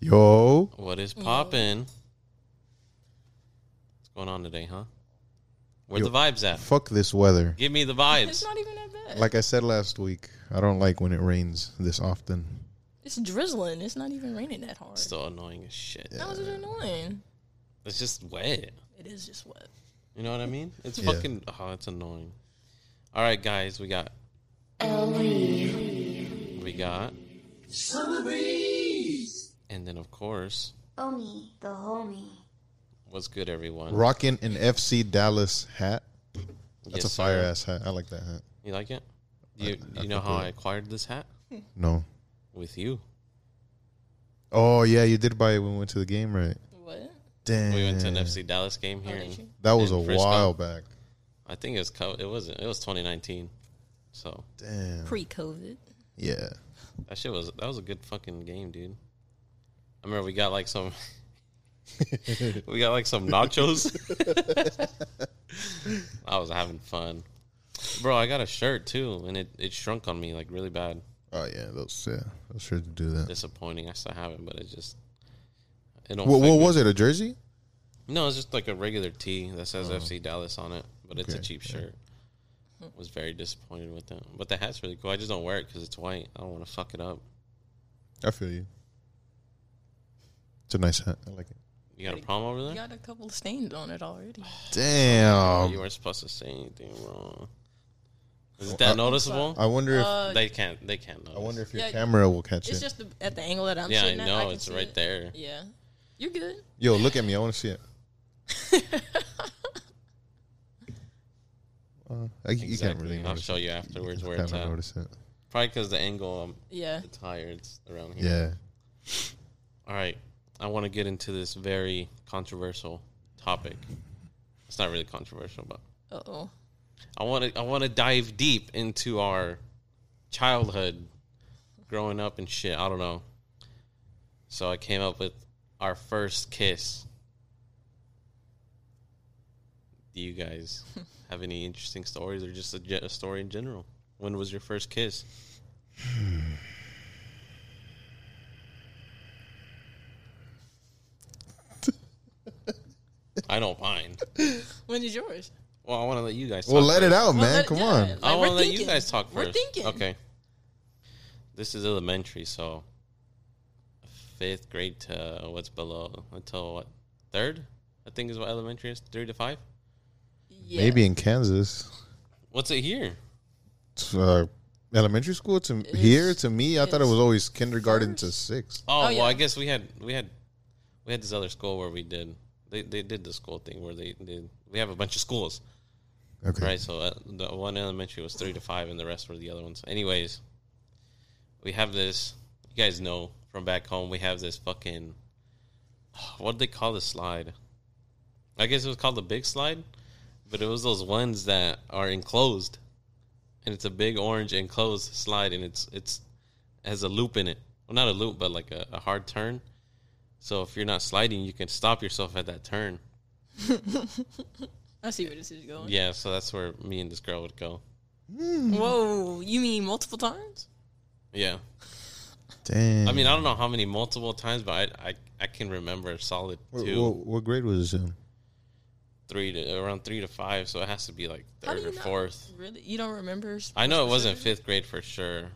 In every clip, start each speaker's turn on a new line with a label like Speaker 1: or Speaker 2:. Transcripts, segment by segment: Speaker 1: Yo,
Speaker 2: What is poppin'? What's going on today, huh? Where the vibes at?
Speaker 1: fuck this weather.
Speaker 2: Give me the
Speaker 3: It's
Speaker 2: vibes.
Speaker 3: not even that bad.
Speaker 1: Like I said last week, I don't like when it rains this often.
Speaker 3: it's drizzling. It's not even raining that hard.
Speaker 2: Still annoying as shit.
Speaker 3: That was just annoying.
Speaker 2: It's just wet.
Speaker 3: It is just wet.
Speaker 2: You know what I mean? It's
Speaker 1: Yeah.
Speaker 2: fucking. Oh, it's annoying. All right, guys, we got.
Speaker 3: E.
Speaker 2: We got. And then, of course,
Speaker 4: Omi, the homie.
Speaker 2: what's good, everyone?
Speaker 1: Rocking an FC Dallas hat.
Speaker 2: Yes,
Speaker 1: That's a fire
Speaker 2: sir.
Speaker 1: ass hat. I like that hat.
Speaker 2: You like it? You,
Speaker 1: I
Speaker 2: you know how
Speaker 1: prefer
Speaker 2: I acquired this hat?
Speaker 1: No.
Speaker 2: With you.
Speaker 1: Oh yeah, you did buy it when we went to the game, right?
Speaker 3: What?
Speaker 1: Damn.
Speaker 2: We went to an FC Dallas game here.
Speaker 3: did
Speaker 2: in-
Speaker 3: you?
Speaker 1: That was a
Speaker 2: in Frisco.
Speaker 1: while back.
Speaker 2: I think it was co- it wasn't it was 2019. So
Speaker 1: Damn.
Speaker 3: Pre-COVID.
Speaker 1: Yeah.
Speaker 2: that shit was that was a good fucking game, dude. I remember we got like some we got like some nachos. I was having fun. Bro, I got a shirt too and it, it shrunk on me like really bad.
Speaker 1: Oh yeah, those yeah, those sure to do that.
Speaker 2: Disappointing. I still have it, but it just it don't
Speaker 1: What,
Speaker 2: fit
Speaker 1: what
Speaker 2: me.
Speaker 1: was it? A jersey?
Speaker 2: No, it's just like a regular tee that says FC Dallas on it, but it's a
Speaker 1: Oh. Okay,
Speaker 2: cheap shirt. Was very disappointed with that, but the hat's really cool. I just don't wear it because it's white. I don't want to fuck it up.
Speaker 1: I feel you. It's a nice hat. I like it.
Speaker 2: You got a problem over
Speaker 3: You
Speaker 2: there?
Speaker 3: got a couple of stains on it already.
Speaker 1: Damn.
Speaker 2: Oh, you weren't supposed to say anything wrong. Is it that
Speaker 1: I-
Speaker 2: noticeable?
Speaker 1: I wonder if
Speaker 3: Uh,
Speaker 2: they can't. They can't notice.
Speaker 1: I wonder if your
Speaker 3: yeah,
Speaker 1: camera will catch
Speaker 3: it's
Speaker 1: it.
Speaker 3: just the, at the angle that I'm
Speaker 2: yeah, I
Speaker 3: sitting at.
Speaker 2: know
Speaker 3: can
Speaker 2: it's
Speaker 3: see
Speaker 2: right
Speaker 3: it.
Speaker 2: there.
Speaker 3: Yeah. You're good.
Speaker 1: Yo, look at me. I want to see it. uh, I, you can't
Speaker 2: Exactly.
Speaker 1: really
Speaker 2: I'll
Speaker 1: notice
Speaker 2: show
Speaker 1: it.
Speaker 2: you afterwards
Speaker 1: You
Speaker 2: where
Speaker 1: can't
Speaker 2: it's at.
Speaker 1: notice it.
Speaker 2: Probably because the angle. Um,
Speaker 3: Yeah.
Speaker 2: it's higher. It's around here.
Speaker 1: Yeah.
Speaker 2: All right. I want to get into this very controversial topic. It's not really controversial, but
Speaker 3: Uh-oh.
Speaker 2: I want to I want to dive deep into our childhood, growing up and shit. I don't know. So I came up with our first kiss. Do you guys have any interesting stories or just a, ge- a story in general? When was your first kiss? I don't mind.
Speaker 3: When is yours?
Speaker 2: Well, I want to let you guys.
Speaker 1: Well,
Speaker 2: talk
Speaker 1: let it
Speaker 2: first.
Speaker 1: out,
Speaker 3: Well,
Speaker 1: man.
Speaker 3: let-
Speaker 1: Come
Speaker 3: yeah.
Speaker 1: on.
Speaker 2: I
Speaker 3: Like,
Speaker 2: want to let
Speaker 3: we're
Speaker 2: Oh, you
Speaker 3: thinking.
Speaker 2: guys talk 1st
Speaker 3: We're thinking.
Speaker 2: Okay. This is elementary, so fifth grade to what's below until what third? I think is what elementary is three to five.
Speaker 3: Yeah.
Speaker 1: Maybe in Kansas,
Speaker 2: What's it here?
Speaker 1: It's, uh, elementary school to here
Speaker 3: It's-
Speaker 1: to me, I thought it
Speaker 3: it's
Speaker 1: was always kindergarten to
Speaker 3: first.
Speaker 1: six.
Speaker 2: Oh, well,
Speaker 3: yeah.
Speaker 2: I guess we had we had we had this other school where we did they they did the school thing where they did we have a bunch of schools
Speaker 1: Okay.
Speaker 2: right? So uh, the one elementary was three to five, and the rest were the other ones. Anyways, we have this. You guys know from back home, we have this fucking. What did they call the slide? I guess it was called the big slide, but it was those ones that are enclosed, and it's a big orange enclosed slide, and it's it's it has a loop in it. Well, not a loop, but like a, a hard turn. So if you're not sliding, you can stop yourself at that turn.
Speaker 3: I see where this is going.
Speaker 2: Yeah, so that's where me and this girl would go.
Speaker 3: Whoa. You mean multiple times?
Speaker 2: Yeah.
Speaker 1: Damn.
Speaker 2: I mean, I don't know how many multiple times, but I I, I can remember a solid
Speaker 1: Wha-
Speaker 2: two,
Speaker 1: wha- what grade was this in?
Speaker 2: three to around three to five. So it has to be like
Speaker 3: How
Speaker 2: third
Speaker 3: do
Speaker 2: or
Speaker 3: you not
Speaker 2: fourth.
Speaker 3: Really? You don't remember?
Speaker 2: I know it wasn't
Speaker 3: specifically?
Speaker 2: fifth grade for sure.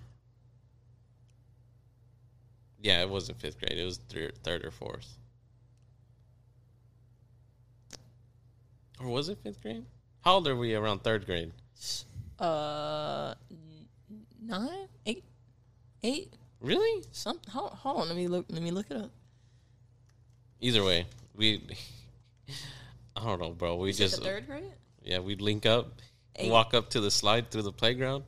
Speaker 2: Yeah, it wasn't fifth grade. It was three, third or fourth. Or was it fifth grade? How old are we around third grade?
Speaker 3: Uh, n- nine, eight, eight,
Speaker 2: Really?
Speaker 3: some. Hold, hold on, let me look. Let me look it up.
Speaker 2: Either way, we. I don't know, bro. We
Speaker 3: Is it
Speaker 2: just
Speaker 3: the third grade?
Speaker 2: yeah, we'd link up,
Speaker 3: Eight.
Speaker 2: walk up to the slide through the playground,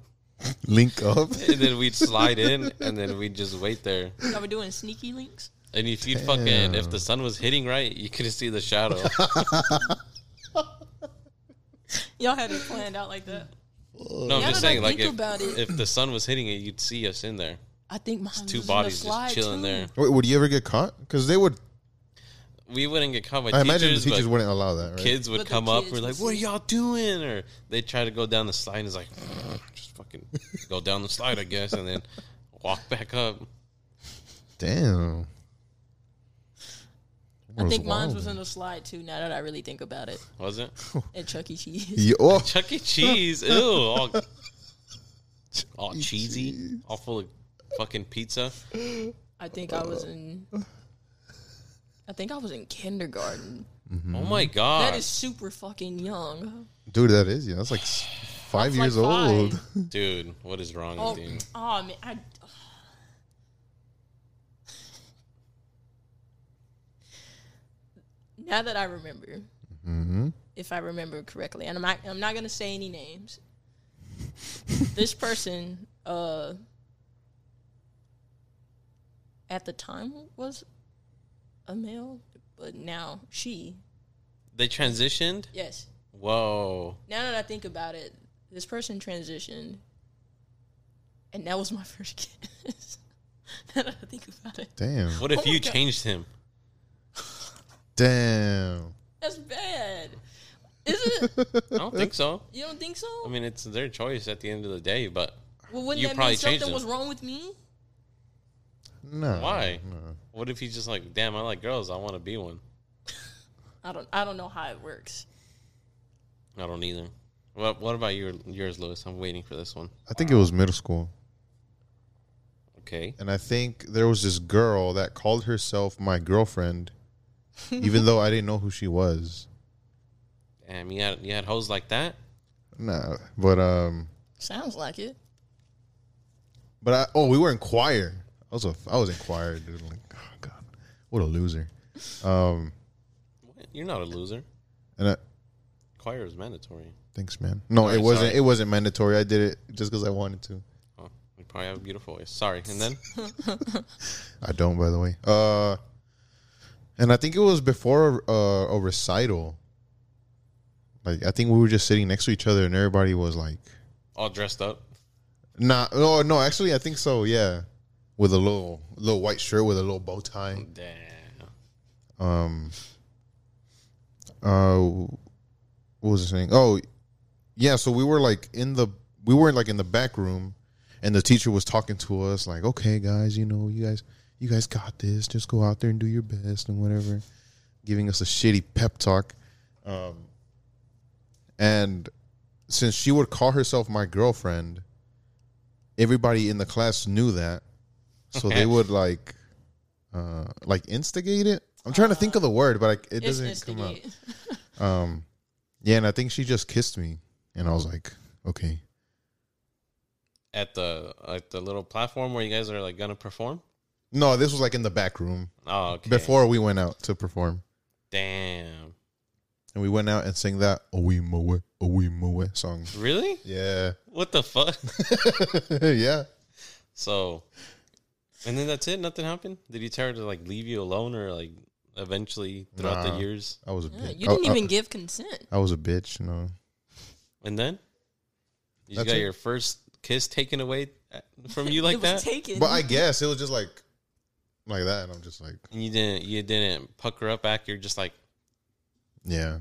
Speaker 1: Link up.
Speaker 2: and then we'd slide in, and then we'd just wait there.
Speaker 3: Y'all were doing sneaky links.
Speaker 2: And if you'd fucking, if the sun was hitting right, you could see the shadow.
Speaker 3: Y'all had it planned out like that.
Speaker 2: No, I'm
Speaker 3: Now
Speaker 2: just
Speaker 3: that I
Speaker 2: saying, like
Speaker 3: think
Speaker 2: if,
Speaker 3: about it-
Speaker 2: if the sun was hitting it, you'd see us in there.
Speaker 3: I think mine was
Speaker 2: Two
Speaker 3: in the
Speaker 2: bodies
Speaker 3: slide,
Speaker 2: just chilling
Speaker 3: too.
Speaker 2: there.
Speaker 1: Wait, would you ever get caught? Because they would.
Speaker 2: We wouldn't get caught by
Speaker 1: I
Speaker 2: teachers,
Speaker 1: imagine the teachers
Speaker 2: but
Speaker 1: wouldn't allow that, right?
Speaker 2: kids would
Speaker 3: But the
Speaker 2: come up.
Speaker 3: kids
Speaker 2: We're
Speaker 3: would
Speaker 2: like, "What are
Speaker 3: see.
Speaker 2: y'all doing?" Or they try to go down the slide, and it's like, just fucking go down the slide, I guess, and then walk back up.
Speaker 1: Damn. It
Speaker 3: I think mine
Speaker 1: wild.
Speaker 3: was in the slide too. Now that I really think about it,
Speaker 2: Was it?
Speaker 3: at Chuck E. Cheese.
Speaker 1: Yeah, oh,
Speaker 2: Chuck E. Cheese. Ew. All,
Speaker 1: E.
Speaker 2: all cheesy. All full of fucking pizza.
Speaker 3: I think I was in. I think I was in kindergarten.
Speaker 2: Oh my god.
Speaker 3: That is super fucking young.
Speaker 1: dude, that is yeah. That's like s- five
Speaker 3: That's like
Speaker 1: years
Speaker 3: five.
Speaker 1: old.
Speaker 2: Dude, what is wrong
Speaker 3: Oh,
Speaker 2: with you?
Speaker 3: oh man, I. Now that I remember, if I remember correctly, and I'm not, I'm not gonna say any names. this person, uh, at the time was a male, but now she,
Speaker 2: They transitioned?
Speaker 3: yes,
Speaker 2: Whoa.
Speaker 3: now that I think about it, this person transitioned, and that was my first kiss. now that I think about it,
Speaker 1: Damn,
Speaker 2: What if
Speaker 3: Oh my
Speaker 2: you
Speaker 3: God.
Speaker 2: changed him?
Speaker 1: damn.
Speaker 3: that's bad. Is it?
Speaker 2: I don't think so.
Speaker 3: You don't think so?
Speaker 2: I mean, it's their choice at the end of the day, but
Speaker 3: well, wouldn't
Speaker 2: you
Speaker 3: that
Speaker 2: probably
Speaker 3: mean
Speaker 2: changed
Speaker 3: something was
Speaker 2: them.
Speaker 3: wrong with me?
Speaker 1: No,
Speaker 2: Why?
Speaker 1: No.
Speaker 2: what if he's just like, damn, I like girls. I want to be one.
Speaker 3: I don't. I don't know how it works.
Speaker 2: I don't either. What, what about your, yours, Lewis? I'm waiting for this one.
Speaker 1: I think it was middle school,
Speaker 2: Okay.
Speaker 1: and I think there was this girl that called herself my girlfriend, even though I didn't know who she was.
Speaker 2: Damn, you had, you had hoes like that?
Speaker 1: Nah, but um,
Speaker 3: Sounds like it.
Speaker 1: But I oh we were in choir. I was a, I was in choir, dude. Like oh god, what a loser. Um,
Speaker 2: What? You're not a loser.
Speaker 1: and I,
Speaker 2: Choir is mandatory.
Speaker 1: thanks, man. No,
Speaker 2: Sorry,
Speaker 1: it wasn't.
Speaker 2: sorry.
Speaker 1: It wasn't mandatory. I did it just because I wanted to.
Speaker 2: Oh, you probably have a beautiful voice. Sorry. And then?
Speaker 1: I don't, by the way. Uh, and I think it was before a, uh, a recital. Like I think we were just sitting next to each other, and everybody was like,
Speaker 2: all dressed up.
Speaker 1: "Nah, no, no." Actually, I think so. Yeah, with a little little white shirt with a little bow tie.
Speaker 2: Damn.
Speaker 1: um uh what was I saying? Oh yeah, so we were like in the we were like in the back room and the teacher was talking to us like, Okay guys, you know, you guys you guys got this, just go out there and do your best and whatever. Giving us a shitty pep talk. Um and since she would call herself my girlfriend, everybody in the class knew that. So they would like uh like instigate it. I'm trying to think of the word, but I, it
Speaker 3: It's
Speaker 1: doesn't come up.
Speaker 3: instigate.
Speaker 1: Um, yeah, and I think she just kissed me, and I was like, okay,
Speaker 2: At the at the little platform where you guys are like gonna perform.
Speaker 1: no, this was like in the back room
Speaker 2: Oh, okay.
Speaker 1: before we went out to perform,
Speaker 2: Damn.
Speaker 1: and we went out and sang that "Owe Moe Owe Moe" song.
Speaker 2: Really?
Speaker 1: Yeah,
Speaker 2: What the fuck?
Speaker 1: yeah.
Speaker 2: so, and then that's it. Nothing happened. Did you tell her to like leave you alone or like eventually throughout
Speaker 1: Nah.
Speaker 2: the years?
Speaker 1: I was a
Speaker 3: Yeah,
Speaker 1: bitch.
Speaker 3: you didn't
Speaker 1: I,
Speaker 3: even give consent.
Speaker 1: I, I was a bitch. No,
Speaker 2: And then you
Speaker 1: That's
Speaker 2: got
Speaker 1: it.
Speaker 2: your first kiss taken away uh, from you like
Speaker 3: it
Speaker 2: that,
Speaker 3: was taken.
Speaker 1: but I guess it was just like, like that, and I'm just like,
Speaker 2: and you didn't. You didn't pucker up back. You're just like,
Speaker 1: yeah,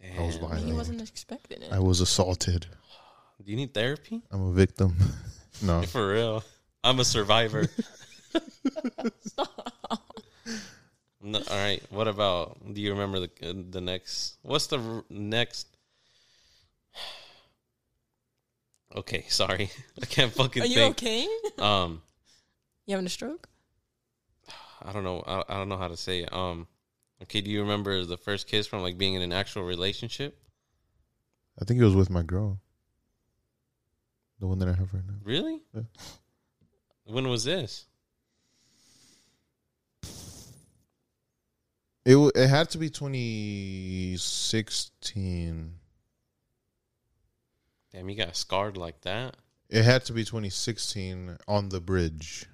Speaker 2: damn.
Speaker 1: I was
Speaker 3: I mean, he
Speaker 1: violated.
Speaker 3: wasn't expecting it.
Speaker 1: I was assaulted.
Speaker 2: Do you need therapy?
Speaker 1: I'm a victim. no,
Speaker 2: For real. I'm a survivor. No, all right. What about? Do you remember the uh, the next? What's the r- next? Okay, sorry, I can't fucking
Speaker 3: Are you
Speaker 2: think.
Speaker 3: okay?
Speaker 2: Um,
Speaker 3: You having a stroke?
Speaker 2: I don't know. I, I don't know how to say it. Um, okay. Do you remember the first kiss from like being in an actual relationship?
Speaker 1: I think it was with my girl, the one that I have right now.
Speaker 2: Really?
Speaker 1: Yeah.
Speaker 2: When was this?
Speaker 1: It w- it had to be 2016.
Speaker 2: Damn, you got scarred like that.
Speaker 1: It had to be 2016 on the bridge.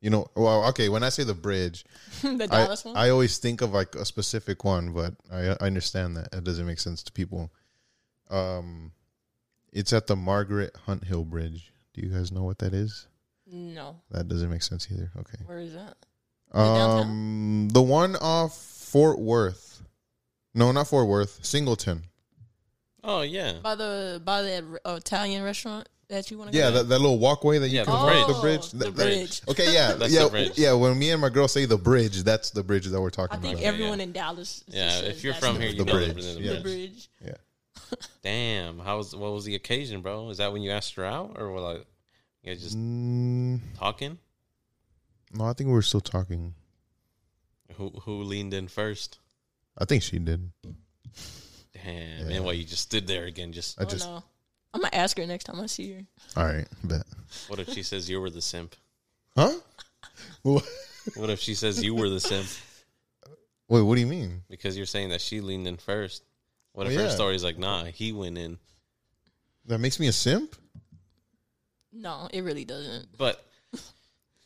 Speaker 1: You know, well, okay. When I say the bridge,
Speaker 3: the
Speaker 1: I,
Speaker 3: Dallas one.
Speaker 1: I always think of like a specific one, but I, I understand that it doesn't make sense to people. Um, it's at the Margaret Hunt Hill Bridge. Do you guys know what that is?
Speaker 3: no,
Speaker 1: That doesn't make sense either. Okay.
Speaker 3: where is that? downtown?
Speaker 1: Um, the one off Fort Worth. No, not Fort Worth. Singleton.
Speaker 2: Oh yeah.
Speaker 3: By the by the uh, Italian restaurant. that you want to
Speaker 1: Yeah,
Speaker 3: go
Speaker 1: that, that little walkway that you
Speaker 2: Yeah,
Speaker 1: can
Speaker 2: the
Speaker 1: cross
Speaker 2: bridge.
Speaker 1: the bridge. That-
Speaker 3: Oh,
Speaker 1: that-
Speaker 3: the bridge.
Speaker 1: Okay, yeah,
Speaker 2: That's
Speaker 1: yeah,
Speaker 2: the bridge.
Speaker 1: yeah. When me and my girl say the bridge, that's the bridge that we're
Speaker 3: I
Speaker 1: talking
Speaker 3: think
Speaker 1: about.
Speaker 3: everyone
Speaker 2: yeah.
Speaker 3: in Dallas. just
Speaker 2: Yeah,
Speaker 3: says
Speaker 2: if you're
Speaker 3: that's
Speaker 2: from
Speaker 3: the
Speaker 2: here, you
Speaker 1: The
Speaker 2: know the
Speaker 1: bridge,
Speaker 2: bridge.
Speaker 1: yeah.
Speaker 3: the bridge.
Speaker 1: yeah,
Speaker 2: Damn, how was what was the occasion, bro? Is that when you asked her out, or were like you guys just
Speaker 1: Mm,
Speaker 2: talking?
Speaker 1: no, I think we were still talking.
Speaker 2: Who who leaned in first?
Speaker 1: I think she did.
Speaker 2: Damn,
Speaker 1: Yeah.
Speaker 2: man, why you just stood there again? Just
Speaker 1: I
Speaker 3: oh,
Speaker 1: just
Speaker 3: no. I'm gonna ask her next time I see her.
Speaker 1: all right, bet.
Speaker 2: what if she says you were the simp?
Speaker 1: Huh? What?
Speaker 2: What if she says you were the simp
Speaker 1: Wait, what do you mean?
Speaker 2: because you're saying that she leaned in first? What if
Speaker 1: Well,
Speaker 2: her
Speaker 1: yeah.
Speaker 2: story's like, nah, he went in,
Speaker 1: That makes me a simp?
Speaker 3: No, it really doesn't.
Speaker 2: but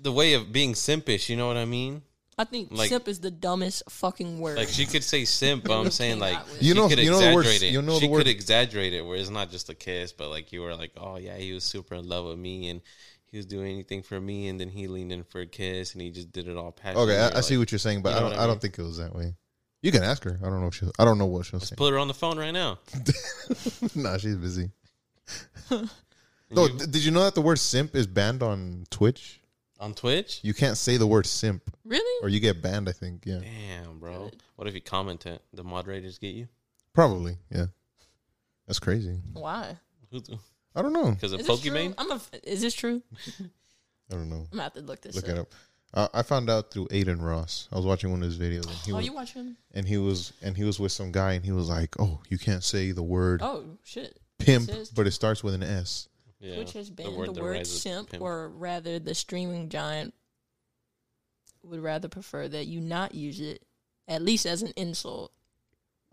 Speaker 2: the way of being simpish, you know what I mean?
Speaker 3: I think
Speaker 2: Like-
Speaker 3: simp is the dumbest fucking word.
Speaker 2: Like she could say simp, but I'm saying like
Speaker 3: Cannot with-
Speaker 1: You
Speaker 2: she
Speaker 1: know-
Speaker 2: could
Speaker 1: you know the word-
Speaker 2: exaggerate it.
Speaker 1: you know
Speaker 2: she
Speaker 1: the
Speaker 2: could
Speaker 1: word-
Speaker 2: exaggerate it where it's not just a kiss, but like you were like, oh yeah, he was super in love with me and he was doing anything for me, and then he leaned in for a kiss and he just did it all passionately.
Speaker 1: Okay, I, I
Speaker 2: You're
Speaker 1: see
Speaker 2: like,
Speaker 1: what you're saying, but
Speaker 2: you
Speaker 1: I
Speaker 2: know
Speaker 1: don't.
Speaker 2: what
Speaker 1: I,
Speaker 2: I mean?
Speaker 1: don't think it was that way. You can ask her. I don't know if she. I don't know what she'll say.
Speaker 2: Put her on the phone right now.
Speaker 1: nah, she's busy.
Speaker 2: And
Speaker 1: No,
Speaker 2: you-
Speaker 1: th- did you know that the word simp is banned on Twitch?
Speaker 2: on Twitch.
Speaker 1: You can't say the word simp,
Speaker 3: really?
Speaker 1: or you get banned. I think. Yeah,
Speaker 2: Damn, bro. What if you comment it? The moderators get you.
Speaker 1: probably. Yeah, that's crazy.
Speaker 3: Why?
Speaker 2: Because
Speaker 1: I don't know.
Speaker 2: of
Speaker 3: Is this true?
Speaker 2: Pokemon.
Speaker 3: I'm a, f- is this true?
Speaker 1: I don't know.
Speaker 3: I'm gonna have to look this
Speaker 1: Look
Speaker 3: up.
Speaker 1: it up. Uh, I found out through Aiden Ross. I was watching one of his videos, and he
Speaker 3: Oh,
Speaker 1: was
Speaker 3: you watch him?
Speaker 1: and he was and he was with some guy, and he was like, "Oh, you can't say the word
Speaker 3: Oh shit!
Speaker 1: pimp,
Speaker 3: says-
Speaker 1: but it starts with an S."
Speaker 2: Yeah,
Speaker 3: Which has been the
Speaker 2: word
Speaker 3: word,
Speaker 2: that rises
Speaker 3: simp,
Speaker 2: pimp.
Speaker 3: or rather, the streaming giant would rather prefer that you not use it, at least as an insult.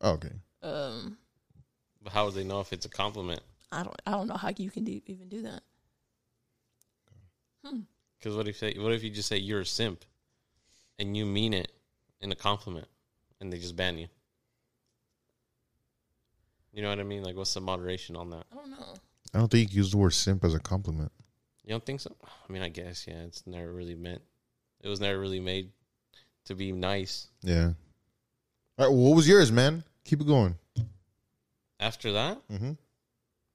Speaker 1: Oh, okay,
Speaker 3: Um,
Speaker 2: But how would they know if it's a compliment?
Speaker 3: I don't, I don't know how you can do, even do that. Hmm.
Speaker 2: Because what if they, what if you just say you're a simp, and you mean it in a compliment, and they just ban you? You know what I mean? Like, what's the moderation on that?
Speaker 3: I don't know.
Speaker 1: I don't think you can use the word simp as a compliment.
Speaker 2: You don't think so? I mean, I guess yeah. It's never really meant. It was never really made to be nice.
Speaker 1: Yeah. All right, what was yours, man? Keep it going.
Speaker 2: After that,
Speaker 1: hmm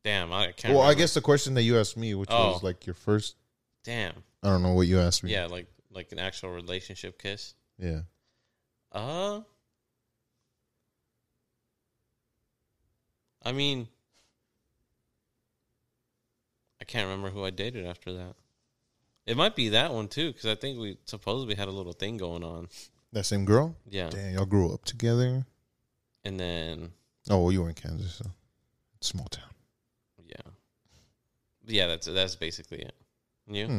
Speaker 2: damn, I can't.
Speaker 1: Well, I
Speaker 2: remember.
Speaker 1: guess the question that you asked me, which
Speaker 2: Oh.
Speaker 1: was like your first,
Speaker 2: damn,
Speaker 1: I don't know what you asked me.
Speaker 2: yeah, like like an actual relationship kiss.
Speaker 1: Yeah.
Speaker 2: Uh I mean I can't remember who I dated after that. It might be that one too cuz I think we supposedly had a little thing going on.
Speaker 1: That same girl?
Speaker 2: Yeah.
Speaker 1: Damn, y'all grew up together.
Speaker 2: And then
Speaker 1: Oh, well, you were in Kansas, so small town.
Speaker 2: yeah. Yeah, that's that's basically it. You?
Speaker 1: Hmm.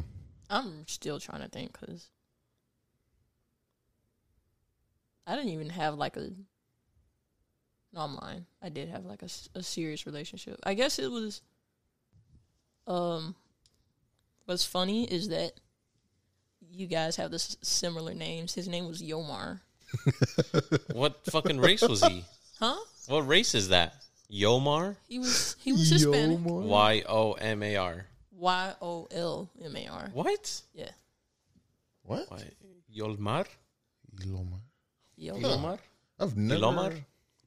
Speaker 3: I'm still trying to think because I didn't even have like a. No, I'm lying. I did have like a, s- a serious relationship. I guess it was. Um, what's funny is that you guys have this similar names. His name was Yomar,
Speaker 2: What fucking race was he?
Speaker 3: huh?
Speaker 2: What race is that? Yomar?
Speaker 3: He was he was Hispanic.
Speaker 1: Yomar.
Speaker 2: Y O M A R.
Speaker 3: Y o l m a r.
Speaker 2: What?
Speaker 3: Yeah,
Speaker 1: What?
Speaker 2: Why Yolmar?
Speaker 1: Ilomar.
Speaker 3: Yomar.
Speaker 2: Yolmar?
Speaker 1: I've never.
Speaker 2: Ilomar?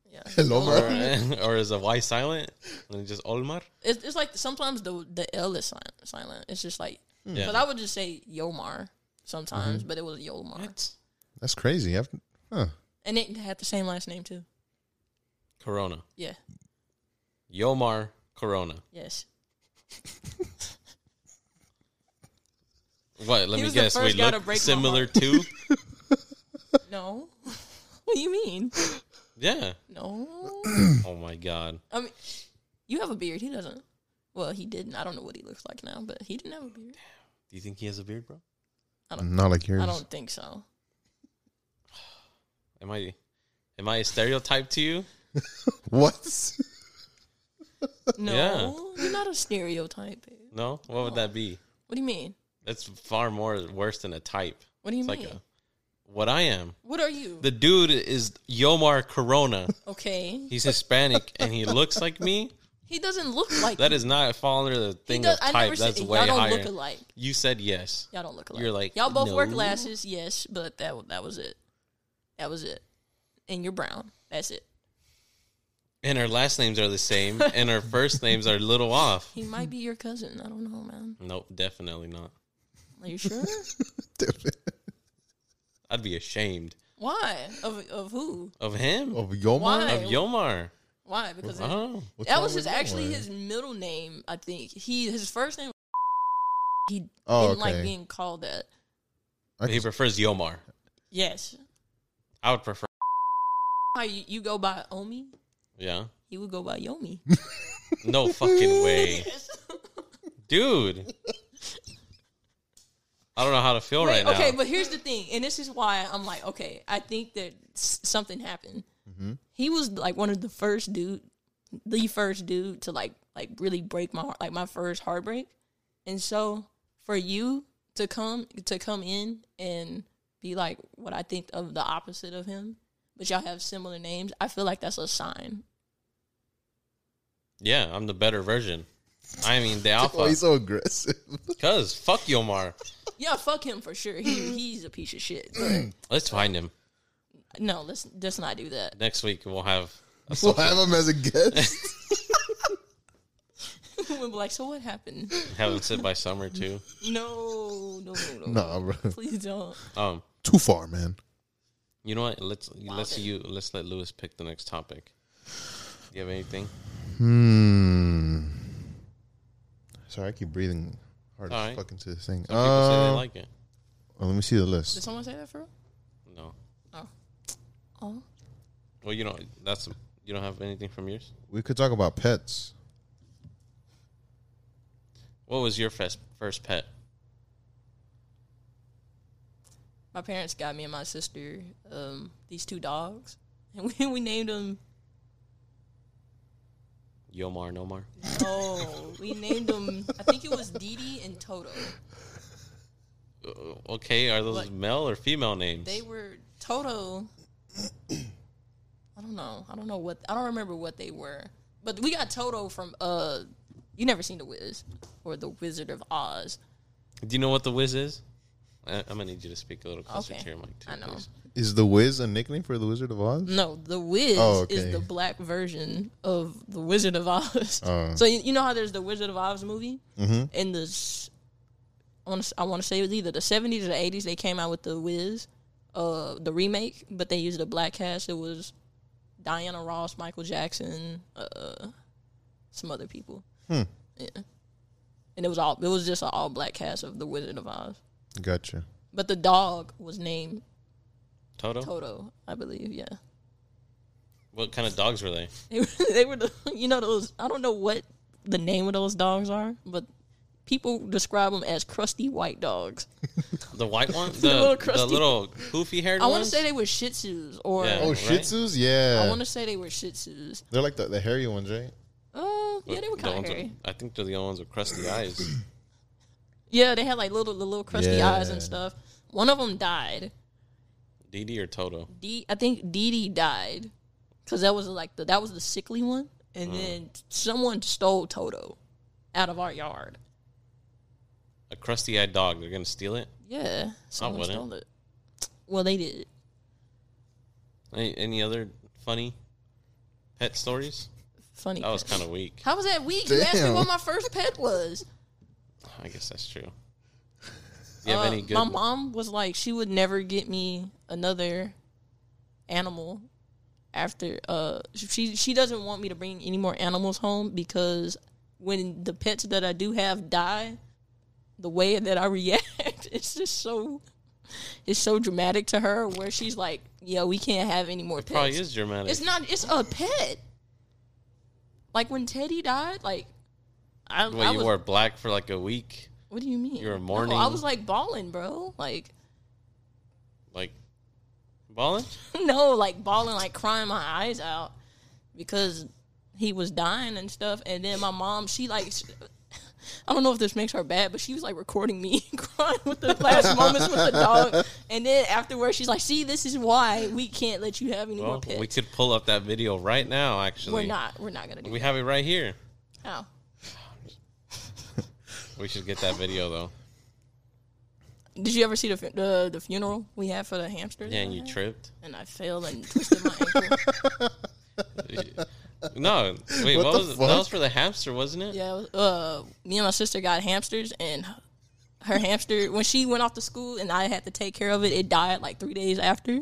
Speaker 3: Yeah.
Speaker 1: Ilomar.
Speaker 2: or, or is a Y silent and it's just Olmar?
Speaker 3: It's, it's like sometimes the the L is silent. silent. It's just like,
Speaker 2: Yeah. Mm-hmm.
Speaker 3: but I would just say Yomar sometimes, but it was Yolmar,
Speaker 1: That's crazy. I've, huh.
Speaker 3: and it had the same last name too.
Speaker 2: Corona.
Speaker 3: Yeah.
Speaker 2: Yomar Corona.
Speaker 3: Yes.
Speaker 2: What? Let
Speaker 3: He
Speaker 2: me
Speaker 3: was the
Speaker 2: guess. We
Speaker 3: first guy to
Speaker 2: look
Speaker 3: break my
Speaker 2: similar
Speaker 3: heart.
Speaker 2: to.
Speaker 3: No. what do you mean?
Speaker 2: Yeah.
Speaker 3: No.
Speaker 2: Oh my God.
Speaker 3: I mean, you have a beard. He doesn't. Well, he didn't. I don't know what he looks like now, but he didn't have a beard.
Speaker 2: Do you think he has a beard, bro?
Speaker 1: Not like yours.
Speaker 3: I don't think so.
Speaker 2: Am I? Am I a stereotype to you?
Speaker 1: What?
Speaker 3: No,
Speaker 2: Yeah.
Speaker 3: you're not a stereotype. Babe.
Speaker 2: No. What would that be?
Speaker 3: What do you mean?
Speaker 2: That's far more worse than a type.
Speaker 3: What do you
Speaker 2: It's
Speaker 3: mean?
Speaker 2: like a. What I am.
Speaker 3: what are you?
Speaker 2: The dude is Yomar Corona.
Speaker 3: okay.
Speaker 2: He's Hispanic and he looks like me.
Speaker 3: He doesn't look like
Speaker 2: That
Speaker 3: you.
Speaker 2: is not fall under the
Speaker 3: He
Speaker 2: thing
Speaker 3: does-
Speaker 2: of type. That's
Speaker 3: said
Speaker 2: way
Speaker 3: y'all don't
Speaker 2: higher.
Speaker 3: look alike.
Speaker 2: You said yes.
Speaker 3: Y'all don't look alike.
Speaker 2: You're like,
Speaker 3: y'all both wear
Speaker 2: no.
Speaker 3: glasses, yes, but that that was it. That was it. And you're brown. That's it.
Speaker 2: and our last names are the same, and our first names are a little off.
Speaker 3: He might be your cousin. I don't know, man.
Speaker 2: Nope, definitely not.
Speaker 3: Are you sure?
Speaker 2: I'd be ashamed
Speaker 3: Why? Of of who?
Speaker 2: of him,
Speaker 1: Of Yoma?
Speaker 2: of
Speaker 3: Why?
Speaker 2: Yomar.
Speaker 3: Why? Because it-
Speaker 2: Oh,
Speaker 1: What's
Speaker 3: that
Speaker 1: wrong
Speaker 3: was
Speaker 1: with
Speaker 3: his actually
Speaker 1: Yoma?
Speaker 3: his middle name. I think he his first name. He
Speaker 1: Oh,
Speaker 3: didn't like
Speaker 1: okay.
Speaker 3: being called that.
Speaker 1: I
Speaker 2: he
Speaker 1: can-
Speaker 2: prefers Yomar.
Speaker 3: Yes.
Speaker 2: I would prefer.
Speaker 3: How you, you go by Omi?
Speaker 2: Yeah.
Speaker 3: He would go by Yomi.
Speaker 2: No fucking way, dude. I don't know how to feel right
Speaker 3: Wait,
Speaker 2: now.
Speaker 3: okay, but here's the thing, and this is why I'm like, okay, I think that s- something happened. He was like one of the first dude, the first dude to like like really break my heart, like my first heartbreak, and so for you to come to come in and be like what I think of the opposite of him, but y'all have similar names. I feel like that's a sign.
Speaker 2: yeah, I'm the better version. I mean, the alpha.
Speaker 1: Oh, he's so aggressive.
Speaker 2: Cause fuck Yomar.
Speaker 3: Yeah, fuck him for sure. He he's a piece of shit. but
Speaker 2: Let's find him
Speaker 3: no, let's let's not do that.
Speaker 2: next week. We'll have. A
Speaker 1: we'll have him as a guest.
Speaker 3: We'll be like, so what happened?
Speaker 2: have him sit by Summer too.
Speaker 3: No, no, no, no.
Speaker 1: nah, bro.
Speaker 3: Please don't.
Speaker 2: Um,
Speaker 1: Too far, man.
Speaker 2: you know what? Let's let's you let's let Lewis pick the next topic. You have anything?
Speaker 1: Hmm. Sorry, I keep breathing hard
Speaker 2: All
Speaker 1: as
Speaker 2: right.
Speaker 1: fuck into this thing.
Speaker 2: Some people say
Speaker 1: Um,
Speaker 2: they like it.
Speaker 1: well, let me see the
Speaker 3: Did
Speaker 1: list.
Speaker 3: someone say that for real?
Speaker 2: No.
Speaker 3: Oh. Oh.
Speaker 2: Well, you don't. That's you don't have anything from yours.
Speaker 1: We could talk about pets.
Speaker 2: What was your first first pet?
Speaker 3: My parents got me and my sister um, these two dogs, and we, we named them.
Speaker 2: Yomar, Nomar.
Speaker 3: Oh, we named them. I think it was Didi and Toto.
Speaker 2: Uh, Okay, are those
Speaker 3: What?
Speaker 2: male or female names?
Speaker 3: They were Toto. I don't know. I don't know what. I don't remember what they were. But we got Toto from uh, you never seen the Wiz or the Wizard of Oz.
Speaker 2: Do you know what the whiz is? I, I'm gonna need you to speak a little closer
Speaker 3: Okay.
Speaker 2: to your mic too.
Speaker 3: I know.
Speaker 2: please.
Speaker 1: Is the Wiz a nickname for the Wizard of Oz?
Speaker 3: No, the Wiz
Speaker 1: Oh, okay.
Speaker 3: is the black version of the Wizard of Oz.
Speaker 1: Oh.
Speaker 3: so you, you know how there's the Wizard of Oz movie, mm-hmm. and the s- I wanna s- I want to say it was either the 70s or the 80s. They came out with the Wiz, uh, the remake, but they used a black cast. It was Diana Ross, Michael Jackson, uh, some other people.
Speaker 1: Hmm.
Speaker 3: Yeah. And it was all it was just an all black cast of the Wizard of Oz.
Speaker 1: Gotcha.
Speaker 3: But the dog was named
Speaker 2: Toto?
Speaker 1: Oh.
Speaker 3: Toto, I believe. Yeah.
Speaker 2: What kind of dogs were they?
Speaker 3: They were, they were the, you know, those. I don't know what the name of those dogs are, but people describe them as crusty white dogs.
Speaker 2: The white one, the,
Speaker 3: little
Speaker 2: the little,
Speaker 3: crusty-
Speaker 2: poofy haired.
Speaker 3: I want to say they were Shih Tzus, or
Speaker 2: Yeah.
Speaker 1: Oh,
Speaker 2: Right.
Speaker 1: Shih Tzus? Yeah.
Speaker 3: I want to say they were Shih Tzus.
Speaker 1: They're like the, the hairy ones, right?
Speaker 3: Oh, yeah, they were kind of hairy.
Speaker 2: I think they're the only ones with crusty eyes.
Speaker 3: Yeah, they had like little, the little crusty
Speaker 1: Yeah.
Speaker 3: eyes and stuff. One of them died.
Speaker 2: Dee Dee or Toto?
Speaker 3: D, I think Dee Dee died because that was like the that was the sickly one, and
Speaker 2: Mm.
Speaker 3: then someone stole Toto out of our yard.
Speaker 2: A crusty eyed dog. They're gonna steal it.
Speaker 3: Yeah, someone
Speaker 2: wouldn't.
Speaker 3: stole it. Well, they did.
Speaker 2: Any, any other funny pet stories?
Speaker 3: Funny.
Speaker 2: That was
Speaker 3: thing.
Speaker 2: kind of weak.
Speaker 3: How was that weak? You asked me
Speaker 1: Damn.
Speaker 3: what my first pet was.
Speaker 2: I guess that's true. Do you have
Speaker 3: Uh,
Speaker 2: any good?
Speaker 3: my mom was like, she would never get me another animal after uh she she doesn't want me to bring any more animals home because when the pets that I do have die, the way that I react it's just so it's so dramatic to her where she's like, Yeah, we can't have any more pets.
Speaker 2: Probably is dramatic.
Speaker 3: It's not. It's a pet. Like when Teddy died, like I,
Speaker 2: Well,
Speaker 3: I
Speaker 2: you
Speaker 3: was.
Speaker 2: wore black for like a week.
Speaker 3: what do you mean?
Speaker 2: you were
Speaker 3: No,
Speaker 2: mourning.
Speaker 3: I was like balling, bro. Like
Speaker 2: Like, balling?
Speaker 3: no, like balling, like crying my eyes out because he was dying and stuff. And then my mom, she like. s- I don't know if this makes her bad, but she was like recording me crying with the last moments with the dog. And then afterwards, she's like, "See, this is why we can't let you have any more
Speaker 2: Well,
Speaker 3: pets.
Speaker 2: we could pull up that video right now, actually.
Speaker 3: we're not. We're not gonna do Oh.
Speaker 2: We have it right here.
Speaker 3: that. How?
Speaker 2: We should get that video, though.
Speaker 3: Did you ever see the fu- the, the funeral we had for the hamsters?
Speaker 2: Yeah, and you tripped.
Speaker 3: And I fell and twisted my ankle.
Speaker 2: You No, wait,
Speaker 1: What
Speaker 2: what,
Speaker 1: the
Speaker 2: was
Speaker 1: fuck?
Speaker 2: that? Was for the hamster, wasn't it?
Speaker 3: Yeah, it was- uh, me and my sister got hamsters, and her hamster when she went off to school, and I had to take care of it. It died like three days after,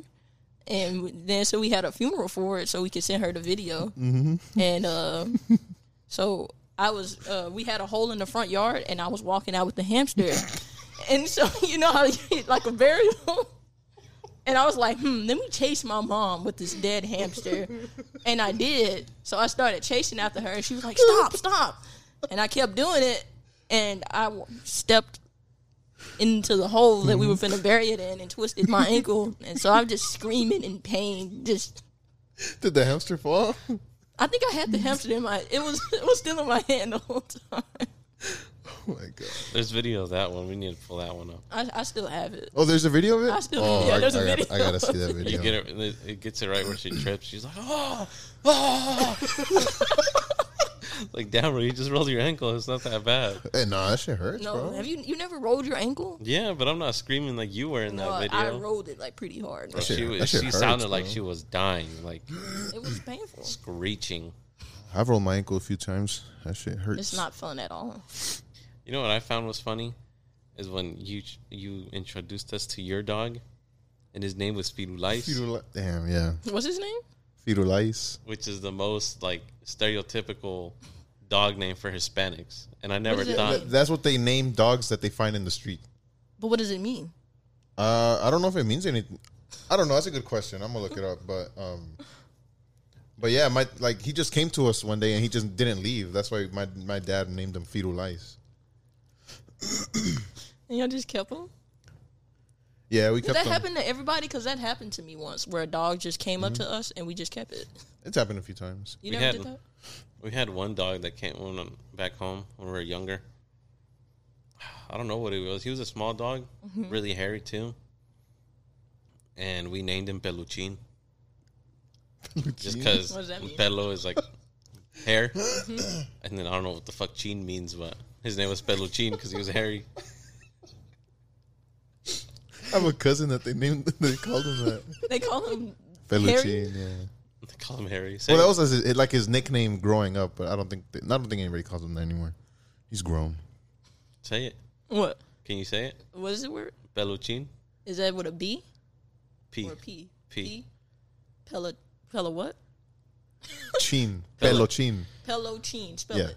Speaker 3: and then so we had a funeral for it, so we could send her the video. Mm-hmm. And uh, so I was, uh, we had a hole in the front yard, and I was walking out with the hamster, and so you know how you get, like a burial. And I was like, hmm, let me chase my mom with this dead hamster. and I did. So I started chasing after her. And she was like, stop, stop. And I kept doing it. And I w- stepped into the hole that we were finna bury it in and twisted my ankle. And so I'm just screaming in pain. Just,
Speaker 1: Did the hamster fall? Oh
Speaker 3: I think I had the hamster in my, it was, it was still in my hand the whole time.
Speaker 1: Oh my god.
Speaker 2: There's video of that one. We need to pull that one up.
Speaker 3: I, I still have it.
Speaker 1: Oh, there's a video of it.
Speaker 3: I still-
Speaker 1: oh,
Speaker 3: yeah,
Speaker 1: I,
Speaker 3: there's a
Speaker 1: I gotta-
Speaker 3: video.
Speaker 1: I gotta see that
Speaker 2: You
Speaker 1: video.
Speaker 2: get it. It gets it right where she trips. She's like, oh, oh. like damn, bro, you just rolled your ankle. It's not that bad.
Speaker 1: Hey, nah, that shit hurts,
Speaker 3: No,
Speaker 1: bro.
Speaker 3: have you, you never rolled your ankle?
Speaker 2: Yeah, but I'm not screaming like you were in
Speaker 3: No,
Speaker 2: that
Speaker 3: I-
Speaker 2: video.
Speaker 3: I rolled it like pretty hard.
Speaker 1: shit-
Speaker 2: she
Speaker 1: that
Speaker 2: was,
Speaker 1: shit
Speaker 2: she
Speaker 1: hurts,
Speaker 2: sounded like
Speaker 1: bro.
Speaker 2: she was dying, like
Speaker 3: It was painful.
Speaker 2: screeching.
Speaker 1: I've rolled my ankle a few times. That shit hurts.
Speaker 3: It's not fun at all.
Speaker 2: You know what I found was funny is when you you introduced us to your dog, and his name was Firulais,
Speaker 1: Fetal, damn, yeah.
Speaker 3: What's his name?
Speaker 1: Fetal ice.
Speaker 2: which is the most like stereotypical dog name for Hispanics. And I never
Speaker 3: does it
Speaker 2: thought
Speaker 3: mean?
Speaker 1: That's what they name dogs that they find in the street.
Speaker 3: But what does it mean?
Speaker 1: Uh, I don't know if it means anything. I don't know. That's a good question. I'm gonna look it up, but um, but yeah, my like he just came to us one day and he just didn't leave. That's why my my dad named him Fetal Ice.
Speaker 3: And y'all just kept him?
Speaker 1: Yeah, we
Speaker 3: Did
Speaker 1: kept
Speaker 3: that
Speaker 1: him.
Speaker 3: happen to everybody? Because that happened to me once, where a dog just came up to us and we just kept it.
Speaker 1: It's happened a few times.
Speaker 2: We
Speaker 3: You never
Speaker 2: had-
Speaker 3: did that.
Speaker 2: we had one dog that came when I'm back home when we were younger. I don't know what he was. He was a small dog,
Speaker 3: Mm-hmm.
Speaker 2: really hairy too. And we named him Peluchin. Just because
Speaker 3: What does that mean? Mm-hmm.
Speaker 2: Pelo is like hair. and then I don't know what the fuck Chin means, but his name was Peluchin because he was hairy.
Speaker 1: I have a cousin that they named. They called him that.
Speaker 3: They call him Hairy?
Speaker 1: Felucine. Yeah.
Speaker 2: They call him hairy. Same,
Speaker 1: Well, that was his, like his nickname growing up, but I don't think I don't think anybody calls him that anymore. He's grown.
Speaker 2: say it.
Speaker 3: what?
Speaker 2: Can you say it?
Speaker 3: What is the word?
Speaker 2: Peluchin?
Speaker 3: Is that with a B
Speaker 2: P.
Speaker 3: or a P?
Speaker 2: P.
Speaker 3: Pella Pella what?
Speaker 1: Chin.
Speaker 2: Pelo.
Speaker 1: Pelo chin.
Speaker 3: Pelochin. Spell
Speaker 1: Yeah.
Speaker 3: it.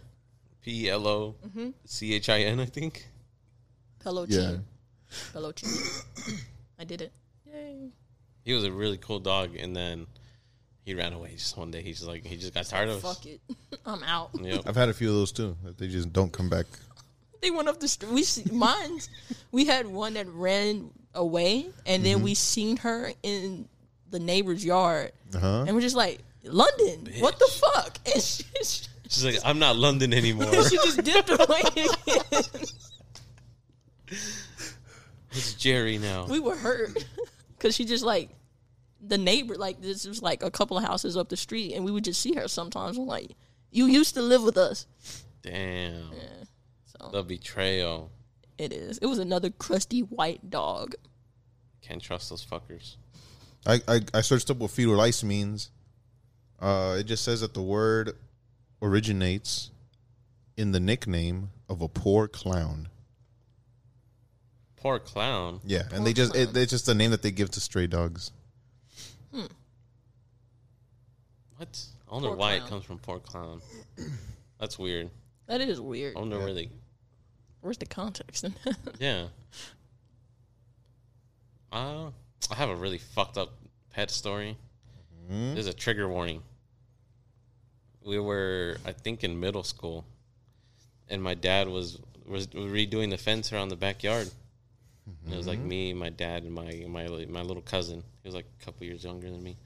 Speaker 2: P L O
Speaker 3: Mm-hmm.
Speaker 2: C H I N, I think.
Speaker 1: Yeah.
Speaker 3: Pelochin. Pelochin. I did it. Yay.
Speaker 2: He was a really cool dog, and then he ran away. Just one day, he's just like he just got tired of us.
Speaker 3: Fuck it. I'm out.
Speaker 2: Yep.
Speaker 1: I've had a few of those too. That they just don't come back.
Speaker 3: They went up the street. We see, mine. We had one that ran away, and then we
Speaker 2: Mm-hmm.
Speaker 3: seen her in the neighbor's yard,
Speaker 1: Uh-huh.
Speaker 3: and we're just like, "London, what the fuck?" And she, she,
Speaker 2: She's like, I'm not London anymore.
Speaker 3: she just dipped away. Again.
Speaker 2: it's Jerry now.
Speaker 3: We were hurt because she just like the neighbor. Like this was like a couple of houses up the street, and we would just see her sometimes. I'm like, "You used to live with us."
Speaker 2: Damn,
Speaker 3: So
Speaker 2: the betrayal.
Speaker 3: it is. It was another crusty white dog.
Speaker 2: Can't trust those fuckers.
Speaker 1: I, I, I searched up what fetal ice means. Uh, it just says that the word originates in the nickname of a poor clown.
Speaker 2: Poor clown.
Speaker 1: Yeah, and they just it, it's just the name that they give to stray dogs.
Speaker 2: What? I wonder
Speaker 3: Poor
Speaker 2: why it
Speaker 3: clown.
Speaker 2: comes from poor clown. That's weird.
Speaker 3: That is weird.
Speaker 2: I wonder where they.
Speaker 3: Where's the context in that?
Speaker 2: Yeah. Uh, I have a really fucked up pet story. There's a trigger warning. We were, I think, in middle school, and my dad was was redoing the fence around the backyard. And it was like me, my dad, and my my li- my little cousin. He was like a couple years younger than me.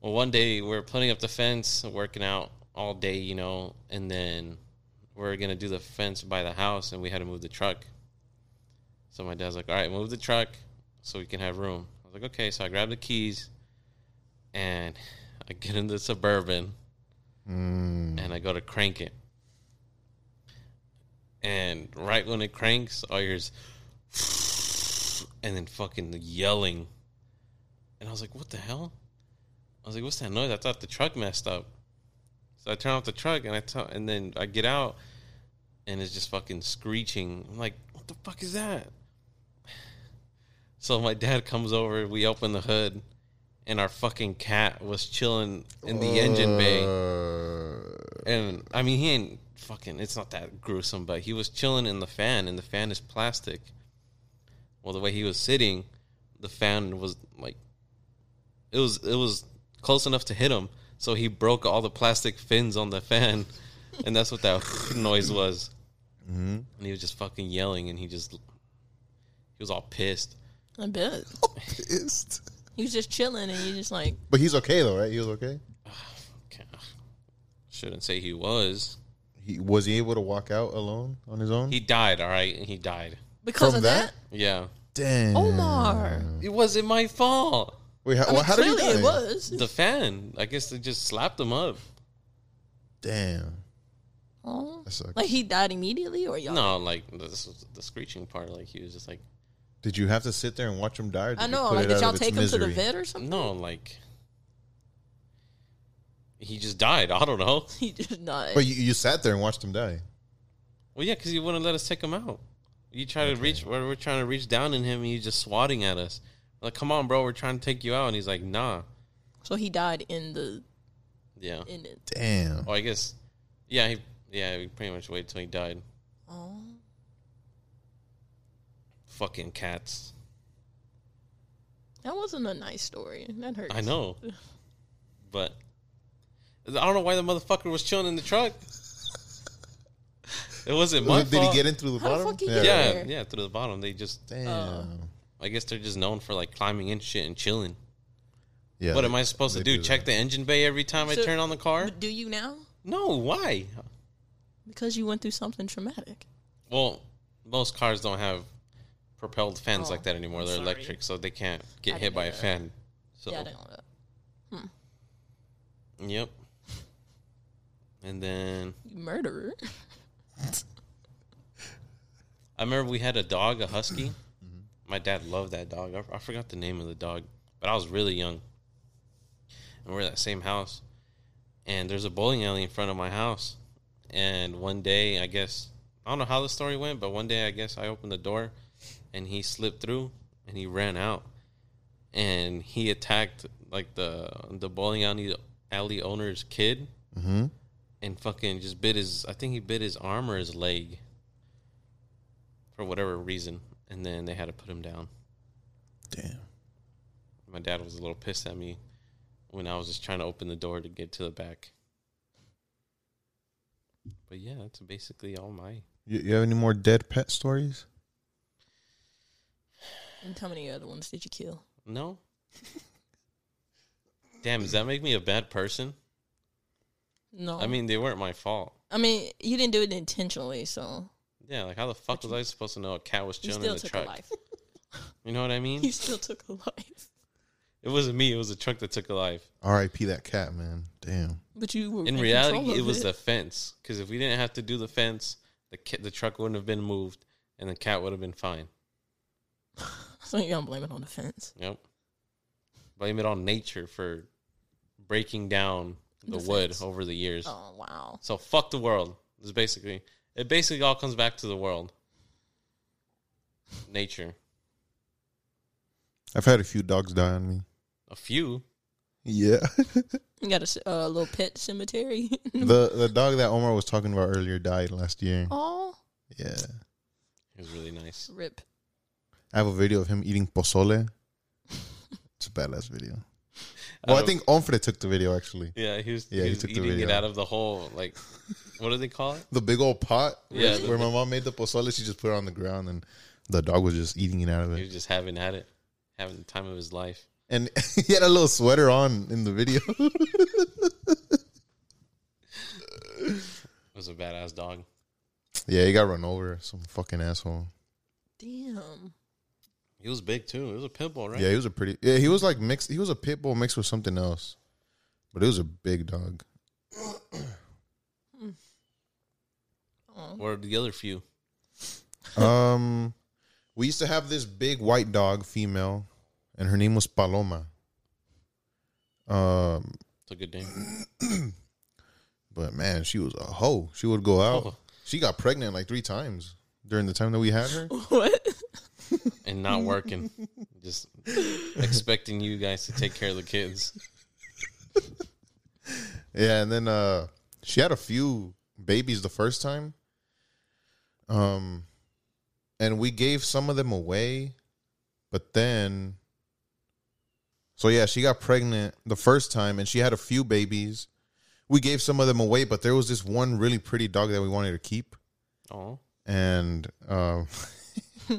Speaker 2: Well, one day we were putting up the fence, working out all day, you know, and then we we're gonna do the fence by the house, and we had to move the truck. So my dad's like, "All right, move the truck so we can have room." I was like, "Okay." So I grabbed the keys, and I get in the suburban, and I go to crank it. And right when it cranks, all yours, and then fucking yelling, and I was like, "What the hell?" I was like, "What's that noise?" I thought the truck messed up. So I turn off the truck and I tell, and then I get out, and it's just fucking screeching. I'm like, what the fuck is that? So my dad comes over. We open the hood, and our fucking cat was chilling in the engine bay.
Speaker 1: Uh,
Speaker 2: And I mean, he ain't fucking. It's not that gruesome, but he was chilling in the fan, and the fan is plastic. Well, the way he was sitting, the fan was like, it was it was close enough to hit him, so he broke all the plastic fins on the fan, and that's what that noise was.
Speaker 1: mhm.
Speaker 2: And he was just fucking yelling, and he just he was all pissed.
Speaker 3: I bet.
Speaker 1: Pissed.
Speaker 3: He was just chilling and you just like,
Speaker 1: But he's okay though, right? He was okay.
Speaker 2: Okay. Shouldn't say he was.
Speaker 1: He was he able to walk out alone on his own?
Speaker 2: He died. All right, he died.
Speaker 3: because
Speaker 1: From
Speaker 3: of that?
Speaker 2: Yeah,
Speaker 1: Damn.
Speaker 3: Omar.
Speaker 2: it wasn't my fault.
Speaker 1: Wait, how,
Speaker 3: I mean,
Speaker 1: well, how did he
Speaker 3: clearly
Speaker 1: die?
Speaker 3: it was.
Speaker 2: the fan. I guess they just slapped him up.
Speaker 1: Damn.
Speaker 3: Oh.
Speaker 1: That sucks.
Speaker 3: Like he died immediately or y'all?
Speaker 2: No, like this was the screeching part. Like he was just like,
Speaker 1: Did you have to sit there and watch him die? Or did
Speaker 3: I
Speaker 1: you
Speaker 3: know.
Speaker 1: put
Speaker 3: Like,
Speaker 1: it
Speaker 3: did
Speaker 1: out
Speaker 3: y'all
Speaker 1: of its
Speaker 3: take him to the
Speaker 1: misery?
Speaker 3: vet or something?
Speaker 2: no, like he just died. I don't know.
Speaker 3: He did not.
Speaker 1: But you, you sat there and watched him die.
Speaker 2: Well, yeah, because you wouldn't let us take him out. You try to reach where we're trying to reach down in him, and you just swatting at us. Like, come on, bro, we're trying to take you out, and he's like, nah.
Speaker 3: so he died in the
Speaker 2: Yeah.
Speaker 3: in it.
Speaker 1: Damn.
Speaker 2: Oh, I guess. Yeah, he. Yeah, we pretty much waited till he died.
Speaker 3: Oh.
Speaker 2: Fucking cats.
Speaker 3: That wasn't a nice story. That hurts.
Speaker 2: I know. But I don't know why the motherfucker was chilling in the truck. It wasn't my
Speaker 1: Did he
Speaker 2: fault.
Speaker 1: get in through the
Speaker 3: How the
Speaker 1: bottom?
Speaker 3: fuck he
Speaker 1: yeah.
Speaker 3: get in?
Speaker 2: yeah,
Speaker 3: there?
Speaker 2: yeah, through the bottom. They just
Speaker 1: Damn.
Speaker 2: I guess they're just known for like climbing in shit and chilling.
Speaker 1: yeah.
Speaker 2: what
Speaker 1: they-
Speaker 2: am I supposed to
Speaker 1: they
Speaker 2: do? Check the engine bay every time I
Speaker 3: So-
Speaker 2: turn on the car?
Speaker 3: But do you now?
Speaker 2: No, why?
Speaker 3: Because you went through something traumatic.
Speaker 2: Well, most cars don't have propelled fans
Speaker 3: Oh,
Speaker 2: like that anymore.
Speaker 3: I'm
Speaker 2: They're
Speaker 3: sorry.
Speaker 2: electric, so they can't get
Speaker 3: I
Speaker 2: hit
Speaker 3: didn't
Speaker 2: by
Speaker 3: know
Speaker 2: a
Speaker 3: that.
Speaker 2: fan. So
Speaker 3: Yeah, I didn't know that.
Speaker 2: yep. And then
Speaker 3: You murderer.
Speaker 2: I remember we had a dog, a husky. My dad loved that dog. I, I forgot the name of the dog, but I was really young. And we're at that same house. And there's a bowling alley in front of my house. And one day, I guess, I don't know how the story went, but one day, I guess I opened the door and he slipped through and he ran out. And he attacked like the the bowling alley alley owner's kid
Speaker 1: Mhm.
Speaker 2: and fucking just bit his I think he bit his arm or his leg for whatever reason and then they had to put him down.
Speaker 1: Damn.
Speaker 2: My dad was a little pissed at me when I was just trying to open the door to get to the back. But yeah, that's basically all my
Speaker 1: You, you have any more dead pet stories?
Speaker 3: And how many other ones did you kill?
Speaker 2: No. Damn, does that make me a bad person?
Speaker 3: No.
Speaker 2: I mean, they weren't my fault.
Speaker 3: I mean, you didn't do it intentionally, so
Speaker 2: Yeah, like how the fuck was I supposed to know a cat was
Speaker 3: you
Speaker 2: chilling in
Speaker 3: still
Speaker 2: the
Speaker 3: took a
Speaker 2: truck?
Speaker 3: life.
Speaker 2: You know what I mean?
Speaker 3: You still took a life.
Speaker 2: It wasn't me. It was the truck that took a life.
Speaker 1: R.I.P. that cat, man. Damn.
Speaker 3: But you were
Speaker 2: In
Speaker 3: control
Speaker 2: reality,
Speaker 3: of
Speaker 2: it was the fence. Because if we didn't have to do the fence, the ki- the truck wouldn't have been moved, and the cat would have been fine.
Speaker 3: So you don't blame it on the fence.
Speaker 2: Yep. Blame it on nature for breaking down the,
Speaker 3: The
Speaker 2: wood
Speaker 3: fence.
Speaker 2: over the years.
Speaker 3: Oh wow.
Speaker 2: So fuck the world. Is basically it. Basically, all comes back to the world, nature.
Speaker 1: I've had a few dogs die on me.
Speaker 2: A few.
Speaker 1: Yeah.
Speaker 3: You got a c- uh, little pet cemetery.
Speaker 1: the the dog that Omar was talking about earlier died last year.
Speaker 3: oh,
Speaker 1: Yeah.
Speaker 2: It was really nice.
Speaker 3: rip.
Speaker 1: I have a video of him eating pozole. It's a badass video.
Speaker 2: Out
Speaker 1: Well, I
Speaker 2: of-
Speaker 1: think Onfre took the video actually.
Speaker 2: Yeah, he was.
Speaker 1: Yeah,
Speaker 2: he
Speaker 1: he
Speaker 2: was
Speaker 1: took the
Speaker 2: eating it
Speaker 1: video.
Speaker 2: out of the hole. Like, what do they call it?
Speaker 1: The big old pot
Speaker 2: Yeah,
Speaker 1: where,
Speaker 2: the-
Speaker 1: where my mom made the pozole, she just put it on the ground and the dog was just eating it out of
Speaker 2: He
Speaker 1: it.
Speaker 2: was just having at it, having the time of his life.
Speaker 1: And he had a little sweater on in the video.
Speaker 2: It was a badass dog.
Speaker 1: yeah, he got run over. Some fucking asshole.
Speaker 3: Damn.
Speaker 2: He was big too. It was a pit bull, right?
Speaker 1: Yeah, he was a pretty. Yeah, he was like mixed. He was a pit bull mixed with something else, but it was a big dog.
Speaker 3: Oh.
Speaker 2: Or the other few.
Speaker 1: Um, we used to have this big white dog, female, and her name was Paloma. Um,
Speaker 2: It's a good name.
Speaker 1: But man, she was a hoe. She would go out.
Speaker 2: Oh.
Speaker 1: She got pregnant like three times during the time that we had her.
Speaker 3: What?
Speaker 2: and not working, just expecting you guys to take care of the kids.
Speaker 1: Yeah, and then uh she had a few babies the first time. Um and we gave some of them away, but then So yeah, she got pregnant the first time and she had a few babies. We gave some of them away, but there was this one really pretty dog that we wanted to keep
Speaker 2: Oh,
Speaker 1: and um,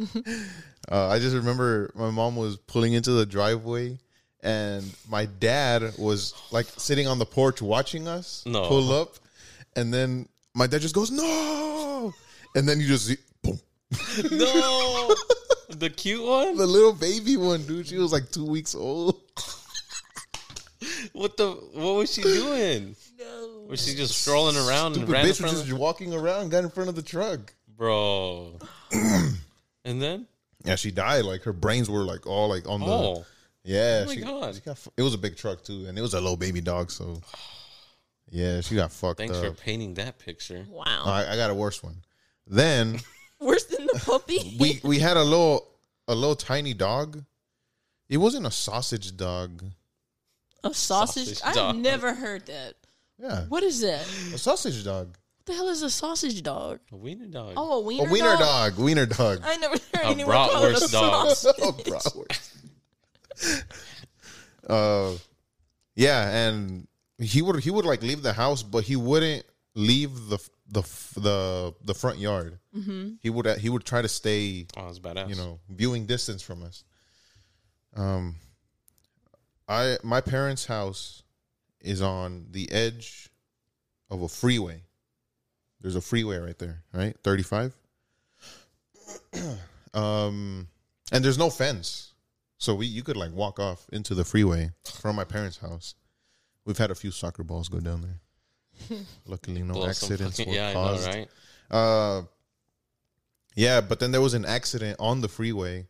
Speaker 1: uh, I just remember my mom was pulling into the driveway, and my dad was like sitting on the porch watching us
Speaker 2: No.
Speaker 1: pull up, and then my dad just goes no, and then you just see, boom,
Speaker 2: no, the cute one.
Speaker 1: the little baby one, dude. She was like two weeks old.
Speaker 2: What the? What was she doing?
Speaker 3: No.
Speaker 2: Was she just strolling around and
Speaker 1: Stupid
Speaker 2: ran in
Speaker 1: bitch
Speaker 2: front
Speaker 1: was
Speaker 2: of
Speaker 1: just walking around, got in front of the truck.
Speaker 2: bro? and then
Speaker 1: Yeah, she died. Like her brains were like all like on the
Speaker 2: oh,
Speaker 1: Yeah,
Speaker 2: Oh my
Speaker 1: she,
Speaker 2: God.
Speaker 1: she got fu- it was a big truck too, and it was a little baby dog. So, yeah, she got fucked
Speaker 2: thanks for
Speaker 1: up.
Speaker 2: painting that picture.
Speaker 3: Wow.
Speaker 1: I, I got a worse one. Then
Speaker 3: Worse than the puppy.
Speaker 1: we we had a little a little tiny dog. It wasn't a sausage dog.
Speaker 3: a sausage.
Speaker 2: Sausage
Speaker 3: I've
Speaker 2: dog.
Speaker 3: never heard that.
Speaker 1: Yeah,
Speaker 3: What is that?
Speaker 1: a sausage dog,
Speaker 3: What the hell is a sausage dog?
Speaker 2: A wiener dog.
Speaker 3: Oh, a wiener,
Speaker 1: a wiener dog, wiener dog.
Speaker 3: I never heard
Speaker 2: A
Speaker 3: anyone call it a
Speaker 2: bratwurst dog.
Speaker 3: sausage.
Speaker 1: Oh, bratwurst. uh, yeah, and he would he would like leave the house, but he wouldn't leave the the the the front yard. He would he would try to stay,
Speaker 2: oh that's badass.
Speaker 1: you know, viewing distance from us. Um, I my parents' house is on the edge of a freeway. There's a freeway right there, right? 35. um and there's no fence. So we you could like walk off into the freeway from my parents' house. We've had a few soccer balls go down there. Luckily no
Speaker 2: Blow some
Speaker 1: accidents
Speaker 2: fucking-
Speaker 1: were
Speaker 2: yeah,
Speaker 1: caused.
Speaker 2: I know, right?
Speaker 1: Uh yeah, but then there was an accident on the freeway.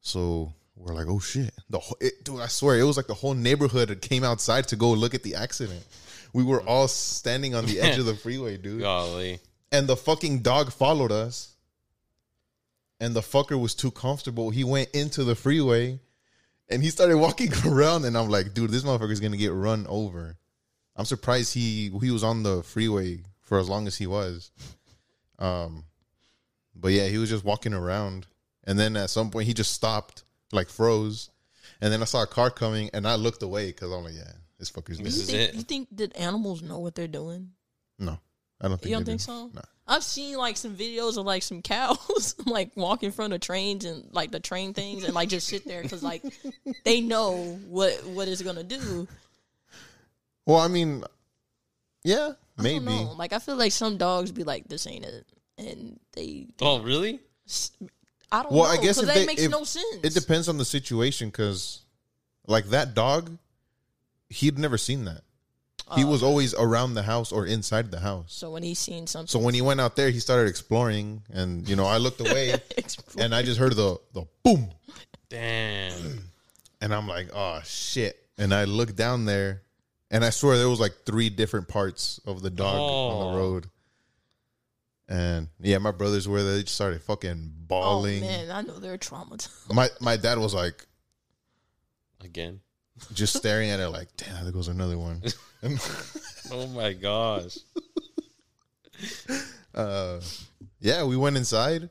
Speaker 1: So we're like, "Oh shit." The whole, it, dude, I swear it was like the whole neighborhood came outside to go look at the accident. We were all standing on the edge of the freeway, dude
Speaker 2: Golly,
Speaker 1: and the fucking dog followed us. And the fucker was too comfortable. He went into the freeway and he started walking around. And I'm like, dude, this motherfucker's gonna get run over. I'm surprised he he was on the freeway for as long as he was. Um, but yeah, he was just walking around. And then at some point he just stopped, like froze. And then I saw a car coming and I looked away because I'm like, yeah, this fucker's
Speaker 3: You
Speaker 2: This
Speaker 1: dead.
Speaker 2: is
Speaker 3: think,
Speaker 2: it.
Speaker 3: You think that animals know what they're doing?
Speaker 1: No. I don't think
Speaker 3: You don't
Speaker 1: they
Speaker 3: think
Speaker 1: did.
Speaker 3: so?
Speaker 1: No.
Speaker 3: I've seen like some videos of like some cows like walk in front of trains and like the train things and like just sit there because like they know what what it's gonna do.
Speaker 1: Well, I mean, yeah,
Speaker 3: I don't
Speaker 1: maybe.
Speaker 3: know. Like I feel like some dogs be like this ain't it, and they
Speaker 2: oh really?
Speaker 3: I don't
Speaker 1: Well,
Speaker 3: know.
Speaker 1: I guess
Speaker 3: 'cause
Speaker 1: if
Speaker 3: that
Speaker 1: they-
Speaker 3: makes
Speaker 1: if-
Speaker 3: no sense.
Speaker 1: It depends on the situation because, like, that dog, he'd never seen that. he
Speaker 3: Oh,
Speaker 1: was always around the house or inside the house.
Speaker 3: So when he's seen something,
Speaker 1: So when he went out there, he started exploring, and, you know, I looked away and I just heard the, the boom.
Speaker 2: Damn.
Speaker 1: And I'm like, oh, shit. And I looked down there, and I swear there was like three different parts of the dog on
Speaker 2: Oh.
Speaker 1: the road. And yeah, my brothers were there. They just started fucking
Speaker 3: oh
Speaker 1: bawling.
Speaker 3: man, I know they're traumatized.
Speaker 1: my my dad was like,
Speaker 2: Again.
Speaker 1: just staring at it like, damn, there goes another one. And,
Speaker 2: Oh my gosh.
Speaker 1: uh, yeah, we went inside,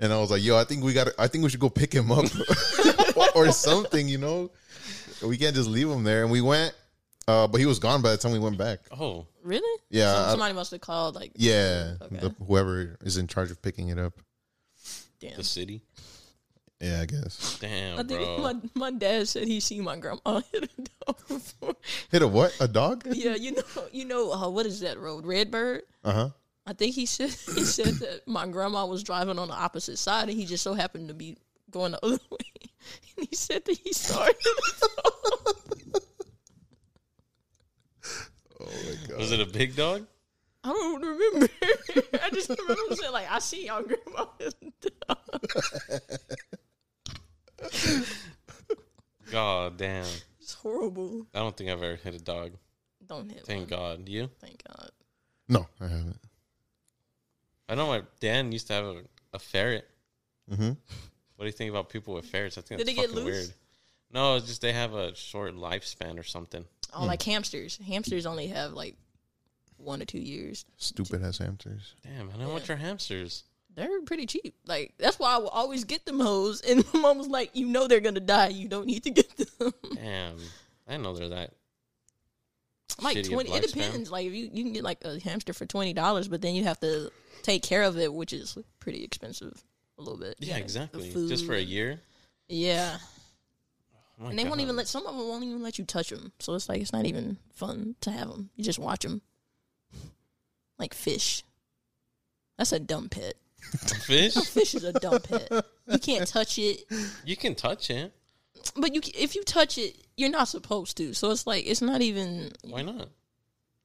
Speaker 1: and I was like, yo, I think we got, to I think we should go pick him up or something, you know? We can't just leave him there. And we went, uh, but he was gone by the time we went back.
Speaker 2: Oh,
Speaker 3: Really?
Speaker 1: Yeah,
Speaker 3: Some-
Speaker 1: I-
Speaker 3: somebody must have called. Like,
Speaker 1: Yeah,
Speaker 3: Okay.
Speaker 1: the, whoever is in charge of picking it up.
Speaker 3: damn.
Speaker 2: the city.
Speaker 1: Yeah, I guess.
Speaker 2: Damn,
Speaker 3: I think
Speaker 2: bro.
Speaker 3: my, my dad said he seen my grandma hit a dog before.
Speaker 1: Hit a what? A dog?
Speaker 3: yeah, you know, you know, uh, what is that road? Redbird.
Speaker 1: Uh huh.
Speaker 3: I think he said he said that my grandma was driving on the opposite side, and he just so happened to be going the other way. And he said that he saw it.
Speaker 1: Oh my god.
Speaker 2: Was it a big dog?
Speaker 3: I don't remember. I just remember him saying like, "I see y'all grandma." hit a dog."
Speaker 2: God damn.
Speaker 3: It's horrible.
Speaker 2: I don't think I've ever hit a dog.
Speaker 3: Don't hit.
Speaker 2: Thank
Speaker 3: one.
Speaker 2: God. You?
Speaker 3: Thank God.
Speaker 1: No, I haven't.
Speaker 2: I know my Dan used to have a, a ferret.
Speaker 1: Mm-hmm.
Speaker 2: What do you think about people with ferrets? I think
Speaker 3: Did
Speaker 2: that's
Speaker 3: it get
Speaker 2: fucking
Speaker 3: loose?
Speaker 2: weird. No, it's just they have a short lifespan or something.
Speaker 3: Oh,
Speaker 2: Hmm.
Speaker 3: like hamsters. Hamsters only have like one to two years.
Speaker 1: Stupid ass hamsters.
Speaker 2: Damn, I don't want your hamsters.
Speaker 3: They're pretty cheap. Like that's why I will always get them hoes. And my mom was like, "You know they're gonna die. You don't need to get them."
Speaker 2: Damn, I didn't know they're that.
Speaker 3: like
Speaker 2: shitty of
Speaker 3: twenty. It
Speaker 2: lifespan.
Speaker 3: depends. Like if you you can get like a hamster for twenty dollars, but then you have to take care of it, which is pretty expensive. A little bit.
Speaker 2: Yeah,
Speaker 3: Like, the
Speaker 2: exactly. Just for a
Speaker 3: food.
Speaker 2: year.
Speaker 3: Yeah,
Speaker 2: Oh my
Speaker 3: and they won't
Speaker 2: God.
Speaker 3: even let some of them won't even let you touch them. So it's like it's not even fun to have them. You just watch them, like fish. That's a dumb pet.
Speaker 2: fish.
Speaker 3: Fish is a dumb pet. You can't touch it,
Speaker 2: You can touch it.
Speaker 3: but you c- if you touch it, you're not supposed to. So it's like it's not even.
Speaker 2: Why not?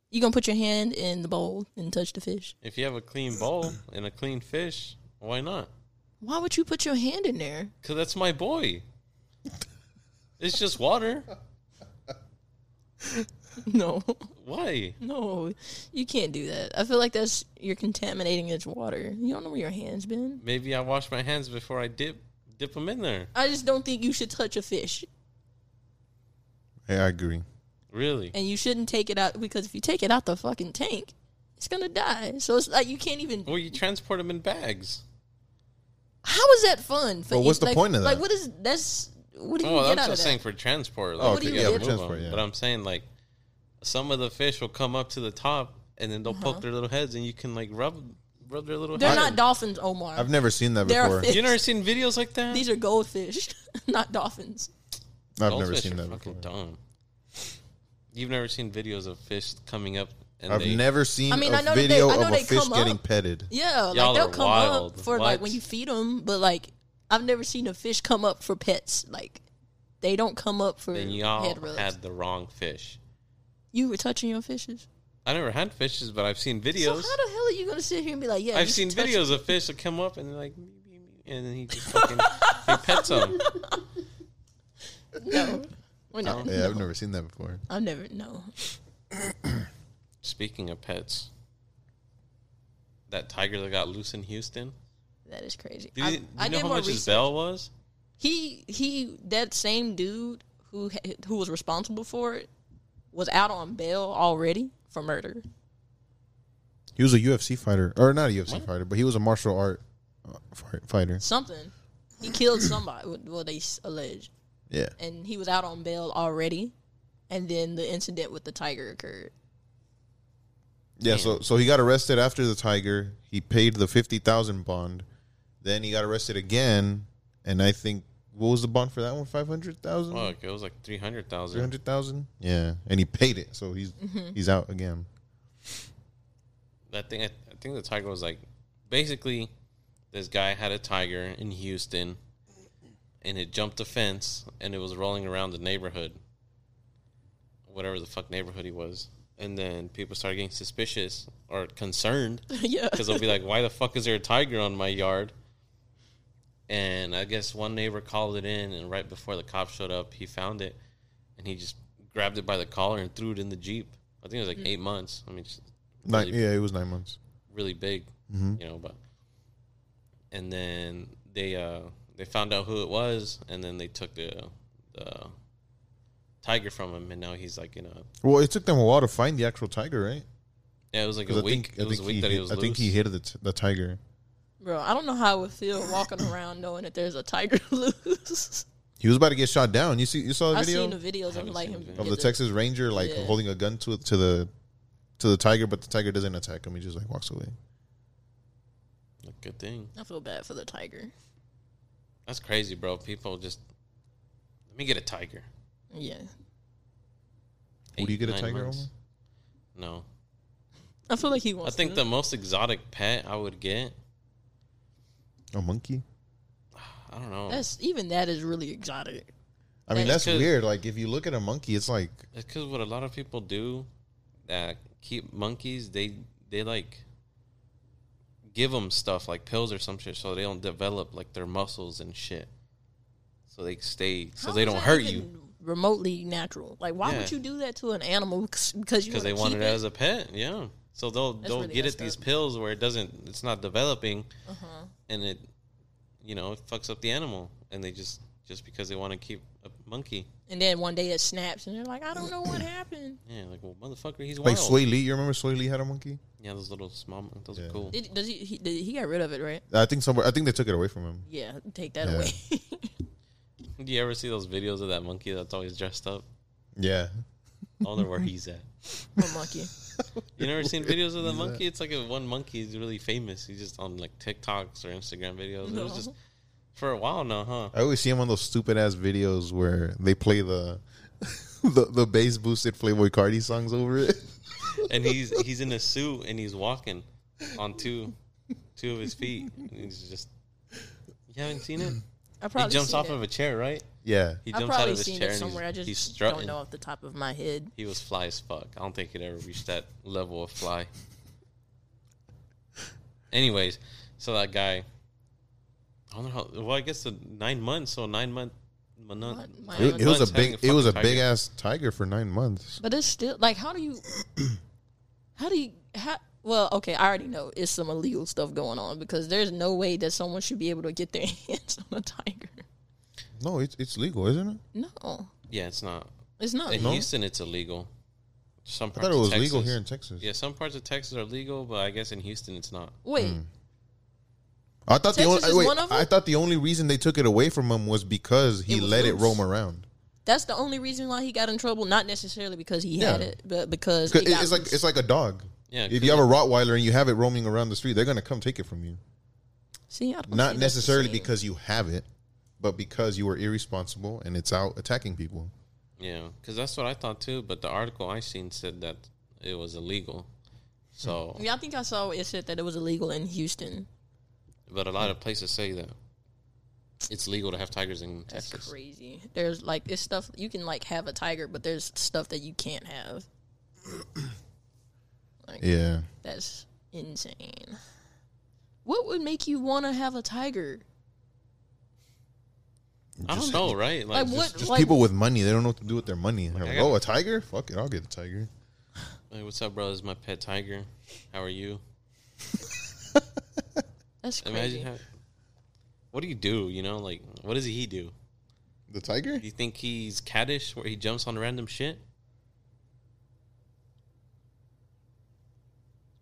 Speaker 3: You gonna put your hand in the bowl and touch the fish?
Speaker 2: If you have a clean bowl and a clean fish, why not?
Speaker 3: Why would you put your hand in there?
Speaker 2: Because that's my boy. It's just water.
Speaker 3: No,
Speaker 2: Why?
Speaker 3: no, you can't do that. I feel like that's you're contaminating its water. You don't know where your hand's been.
Speaker 2: Maybe I wash my hands before I dip dip them in there.
Speaker 3: I just don't think you should touch a fish,
Speaker 1: Hey, I agree.
Speaker 2: Really?
Speaker 3: and you shouldn't take it out because if you take it out the fucking tank, it's gonna die. So it's like you can't even.
Speaker 2: Well, you transport them in bags.
Speaker 3: How is that fun? For
Speaker 1: But what's
Speaker 3: you?
Speaker 1: the
Speaker 3: like,
Speaker 1: point of
Speaker 3: Like,
Speaker 1: that?
Speaker 3: what is that's what do you
Speaker 2: Oh,
Speaker 3: get
Speaker 2: I'm
Speaker 3: out of
Speaker 2: just
Speaker 3: that?
Speaker 2: saying for transport.
Speaker 1: Oh,
Speaker 2: Like,
Speaker 3: okay,
Speaker 2: you
Speaker 3: yeah,
Speaker 2: gotta
Speaker 3: for
Speaker 2: move
Speaker 1: transport,
Speaker 2: 'em.
Speaker 1: yeah.
Speaker 2: But I'm saying like some of the fish will come up to the top and then they'll poke their little heads and you can like rub rub their little.
Speaker 3: Uh-huh. They're
Speaker 2: head.
Speaker 3: not dolphins, Omar.
Speaker 1: I've never seen that
Speaker 3: There are
Speaker 1: before.
Speaker 3: fish.
Speaker 1: I've
Speaker 2: You never seen videos like that?
Speaker 3: These are goldfish, not dolphins.
Speaker 1: never
Speaker 2: Goldfish
Speaker 1: seen
Speaker 2: are
Speaker 1: that before.
Speaker 2: fucking dumb. You've never seen videos of fish coming up and
Speaker 1: I've
Speaker 2: they
Speaker 1: never seen
Speaker 3: I mean, I
Speaker 1: a
Speaker 3: know that they-
Speaker 1: video
Speaker 3: I know
Speaker 1: of a
Speaker 3: they
Speaker 1: fish
Speaker 3: come
Speaker 1: getting
Speaker 3: up.
Speaker 1: petted.
Speaker 2: Y'all
Speaker 3: Yeah, like they'll
Speaker 2: are
Speaker 3: come
Speaker 2: wild.
Speaker 3: up for like
Speaker 2: What?
Speaker 3: when you feed them, but like I've never seen a fish come up for pets. Like they don't come up for
Speaker 2: then y'all
Speaker 3: head rubs.
Speaker 2: had the wrong fish.
Speaker 3: you were touching your fishes.
Speaker 2: I never had fishes, but I've seen videos.
Speaker 3: So how the hell are you gonna sit here and be like, yeah?
Speaker 2: I've
Speaker 3: you
Speaker 2: seen
Speaker 3: should touch
Speaker 2: videos of fish that come up and they're like, "Me, me, me," and then he just fucking he pets them.
Speaker 3: it? No, we're not.
Speaker 1: Yeah, I've never seen that before.
Speaker 3: I've never. No,
Speaker 2: Speaking of pets, that tiger that got loose in Houston.
Speaker 3: that is crazy.
Speaker 2: Do you,
Speaker 3: I,
Speaker 2: do you
Speaker 3: I
Speaker 2: know
Speaker 3: did
Speaker 2: how
Speaker 3: more
Speaker 2: much his
Speaker 3: research.
Speaker 2: bell was?
Speaker 3: He he. That same dude who ha- who was responsible for it was out on bail already for murder.
Speaker 1: He was a UFC fighter, or not a UFC fighter, but he was a martial art uh, fi- fighter.
Speaker 3: Something. He killed somebody. Well, they s- allege.
Speaker 1: Yeah,
Speaker 3: and he was out on bail already. And then the incident with the tiger occurred.
Speaker 1: yeah. So, so he got arrested after the tiger. He paid the fifty thousand bond. Then he got arrested again, and I think what was the bond for that one? Five hundred
Speaker 3: Mm.
Speaker 1: thousand.
Speaker 2: Fuck, it was like three hundred
Speaker 1: Three
Speaker 2: thousand.
Speaker 1: hundred thousand. Yeah, and he paid it, so he's
Speaker 3: Mm-hmm.
Speaker 1: he's out again.
Speaker 2: That thing, I, I think the tiger was like, basically, this guy had a tiger in Houston, and it jumped a fence and it was rolling around the neighborhood, whatever the fuck neighborhood he was. And then people started getting suspicious or concerned
Speaker 3: yeah.
Speaker 2: because they'll be like, "Why the fuck is there a tiger on my yard?" And I guess one neighbor called it in, and right before the cops showed up, he found it, and he just grabbed it by the collar and threw it in the jeep. I think it was like eight months. I mean, it's
Speaker 1: Nine, Mm-hmm.
Speaker 2: really,
Speaker 1: yeah, it was nine months.
Speaker 2: really big, you know. But and then they uh they found out who it was, and then they took the the tiger from him, and now he's like, you know,
Speaker 1: Well, it took them a while to find the actual tiger, right?
Speaker 2: yeah, it was like
Speaker 1: 'Cause
Speaker 2: a
Speaker 1: I
Speaker 2: week.
Speaker 1: think
Speaker 2: it
Speaker 1: I
Speaker 2: was
Speaker 1: think
Speaker 2: a week
Speaker 1: he
Speaker 2: that he
Speaker 1: hit-
Speaker 2: was
Speaker 1: I
Speaker 2: loose.
Speaker 1: think he hit the, t- the tiger.
Speaker 3: Bro, I don't know how it would feel walking around knowing that there's a tiger loose.
Speaker 1: He was about to get shot down. You see, you saw the
Speaker 3: I've
Speaker 1: video.
Speaker 3: seen the videos of
Speaker 2: haven't
Speaker 3: like
Speaker 2: seen
Speaker 3: him
Speaker 2: the video.
Speaker 1: of
Speaker 3: get
Speaker 1: the Texas Ranger like
Speaker 3: Yeah.
Speaker 1: holding a gun to to the to the tiger, but the tiger doesn't attack him. He just like walks away.
Speaker 2: Good thing.
Speaker 3: I feel bad for the tiger.
Speaker 2: That's crazy, bro. People just let me get a tiger.
Speaker 3: Yeah,
Speaker 1: Would you
Speaker 2: Eight,
Speaker 1: get a
Speaker 2: nine
Speaker 1: tiger?
Speaker 2: months.
Speaker 1: Omar?
Speaker 2: No,
Speaker 3: I feel like he
Speaker 2: I
Speaker 3: wants.
Speaker 2: think
Speaker 3: to.
Speaker 2: the most exotic pet I would get.
Speaker 1: A monkey?
Speaker 2: I don't know.
Speaker 3: that's even that is really exotic.
Speaker 1: I mean,
Speaker 3: Yeah.
Speaker 1: that's
Speaker 2: Because-
Speaker 1: weird. Like if you look at a monkey, it's like
Speaker 2: That's because what a lot of people do that keep monkeys, they they like give them stuff like pills or some shit, so they don't develop like their muscles and shit. So they stay, so
Speaker 3: How
Speaker 2: they
Speaker 3: is
Speaker 2: don't
Speaker 3: that
Speaker 2: hurt
Speaker 3: even
Speaker 2: you
Speaker 3: Remotely natural. Like, why
Speaker 2: Yeah.
Speaker 3: would you do that to an animal? Because you
Speaker 2: because they
Speaker 3: want
Speaker 2: want
Speaker 3: to
Speaker 2: it
Speaker 3: keep it.
Speaker 2: as a pet. Yeah, So they'll
Speaker 3: That's
Speaker 2: they'll
Speaker 3: really
Speaker 2: get
Speaker 3: messed
Speaker 2: at these
Speaker 3: up.
Speaker 2: pills where it doesn't it's not developing
Speaker 3: Uh huh.
Speaker 2: and it you know, it fucks up the animal and they just just because they want to keep a monkey.
Speaker 3: And then one day it snaps, and they're like, I don't know what happened.
Speaker 2: Yeah, like well motherfucker, he's
Speaker 1: Like
Speaker 2: wild.
Speaker 1: Sway Lee, you remember Sway Lee had a monkey?
Speaker 2: Yeah, those little small mon- those
Speaker 1: Yeah.
Speaker 2: are cool.
Speaker 3: Did, does he? He, did, he got rid of it, right?
Speaker 1: I think somewhere. I think they took it away from him.
Speaker 3: Yeah, take that
Speaker 1: Yeah.
Speaker 3: away.
Speaker 2: Do you ever see those videos of that monkey that's always dressed up?
Speaker 1: Yeah,
Speaker 2: I wonder where he's at.
Speaker 3: Poor monkey.
Speaker 2: You never seen videos of the
Speaker 1: He's at-
Speaker 2: monkey? It's like a one monkey is really famous. He's just on like TikToks or Instagram videos. It was
Speaker 3: No.
Speaker 2: just for a while now, huh?
Speaker 1: I always see him on those stupid ass videos where they play the the, the bass boosted Playboy Cardi songs over it.
Speaker 2: and he's he's in a suit and he's walking on two two of his feet. And he's just you haven't seen it.
Speaker 3: I
Speaker 2: He
Speaker 3: probably
Speaker 2: jumps
Speaker 3: seen
Speaker 2: off
Speaker 3: it.
Speaker 2: of a chair, right?
Speaker 1: Yeah,
Speaker 2: He
Speaker 3: I've
Speaker 2: jumps out
Speaker 3: probably
Speaker 2: of his
Speaker 3: seen
Speaker 2: chair
Speaker 3: it
Speaker 2: and
Speaker 3: somewhere. I
Speaker 2: he's,
Speaker 3: just
Speaker 2: he's
Speaker 3: don't
Speaker 2: strutting.
Speaker 3: know off the top of my head.
Speaker 2: He was fly as fuck. I don't think he'd ever reached that level of fly. Anyways, so that guy, I don't know. How, well, I guess the nine months. So nine month, mon-
Speaker 3: What?
Speaker 2: nine
Speaker 1: it, it was
Speaker 2: months
Speaker 1: a
Speaker 2: having
Speaker 1: big it was a
Speaker 2: fucking
Speaker 1: big
Speaker 2: tiger.
Speaker 1: ass tiger for nine months.
Speaker 3: But it's still like, how do you? How do you? How? Well, okay, I already know it's some illegal stuff going on because there's no way that someone should be able to get their hands on a tiger.
Speaker 1: No, it's it's legal, isn't it?
Speaker 3: No,
Speaker 2: Yeah, it's not.
Speaker 3: it's not.
Speaker 2: In
Speaker 1: No?
Speaker 2: Houston, it's illegal. Some
Speaker 1: I
Speaker 2: parts
Speaker 1: thought it was
Speaker 2: of Texas,
Speaker 1: legal here in Texas.
Speaker 2: Yeah, some parts of Texas are legal, but I guess in Houston it's not.
Speaker 3: Wait,
Speaker 1: Hmm. I thought
Speaker 3: Texas
Speaker 1: the
Speaker 3: is
Speaker 1: only wait,
Speaker 3: one of 'em?
Speaker 1: I thought the only reason they took it away from him was because he
Speaker 3: It was
Speaker 1: let it
Speaker 3: loose.
Speaker 1: roam around.
Speaker 3: that's the only reason why he got in trouble. Not necessarily because he had
Speaker 1: Yeah.
Speaker 3: it, but because
Speaker 1: 'Cause
Speaker 3: it
Speaker 1: it-
Speaker 3: got
Speaker 1: it's like
Speaker 3: loose.
Speaker 1: it's like a dog.
Speaker 2: Yeah,
Speaker 1: If you have a Rottweiler and you have it roaming around the street, they're gonna come take it from you.
Speaker 3: See, I don't see that's
Speaker 1: Not
Speaker 3: the
Speaker 1: necessarily
Speaker 3: same.
Speaker 1: because you have it, but because you were irresponsible and it's out attacking people.
Speaker 2: Yeah, because that's what I thought too. But the article I seen said that it was illegal. So,
Speaker 3: Yeah, I think I saw it said that it was illegal in Houston.
Speaker 2: but a lot of places say that it's legal to have tigers in
Speaker 3: That's
Speaker 2: Texas.
Speaker 3: crazy. There's like it's stuff you can like have a tiger, but there's stuff that you can't have.
Speaker 1: Yeah.
Speaker 3: That's insane. What would make you want to have a tiger?
Speaker 2: I don't know, right?
Speaker 3: Like,
Speaker 2: Like,
Speaker 3: what?
Speaker 2: just-
Speaker 1: Just
Speaker 3: like,
Speaker 1: people with money, they don't know what to do with their money. They're
Speaker 2: I
Speaker 1: like,
Speaker 2: got-
Speaker 1: oh, a tiger? Fuck it, I'll get a tiger.
Speaker 2: hey, what's up, bro? This is my pet tiger. How are you?
Speaker 3: That's
Speaker 2: Imagine
Speaker 3: crazy.
Speaker 2: how. What do you do? You know, like, what does he do?
Speaker 1: The tiger?
Speaker 2: Do you think he's caddish, where he jumps on random shit?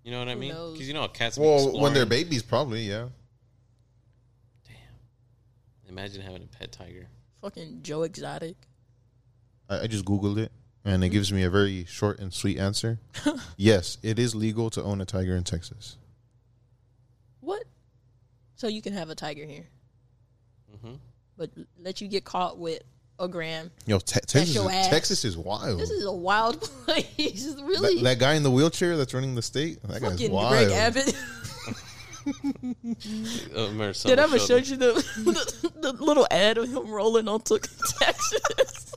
Speaker 2: You know what I
Speaker 3: Who
Speaker 2: mean?
Speaker 3: knows?
Speaker 2: Because you know how cats. be
Speaker 1: Well, when they're
Speaker 2: exploring.
Speaker 1: babies, probably, yeah.
Speaker 2: Imagine having a pet tiger.
Speaker 3: Fucking Joe Exotic.
Speaker 1: I, I just Googled it and
Speaker 3: Hmm.
Speaker 1: it gives me a very short and sweet answer. yes, it is legal to own a tiger in Texas.
Speaker 3: What? So you can have a tiger here,
Speaker 2: hmm
Speaker 3: but let you get caught with a gram.
Speaker 1: Yo, te- Texas,
Speaker 3: your
Speaker 1: is,
Speaker 3: ass.
Speaker 1: Texas is wild.
Speaker 3: This is a wild place. Really,
Speaker 1: that, that guy in the wheelchair that's running the state, that guy's
Speaker 3: fucking
Speaker 1: wild.
Speaker 3: Greg Abbott.
Speaker 2: Uh, Marcelo
Speaker 3: Did I ever
Speaker 2: showed
Speaker 3: show
Speaker 2: us-
Speaker 3: you the, the the little ad of him rolling onto Texas?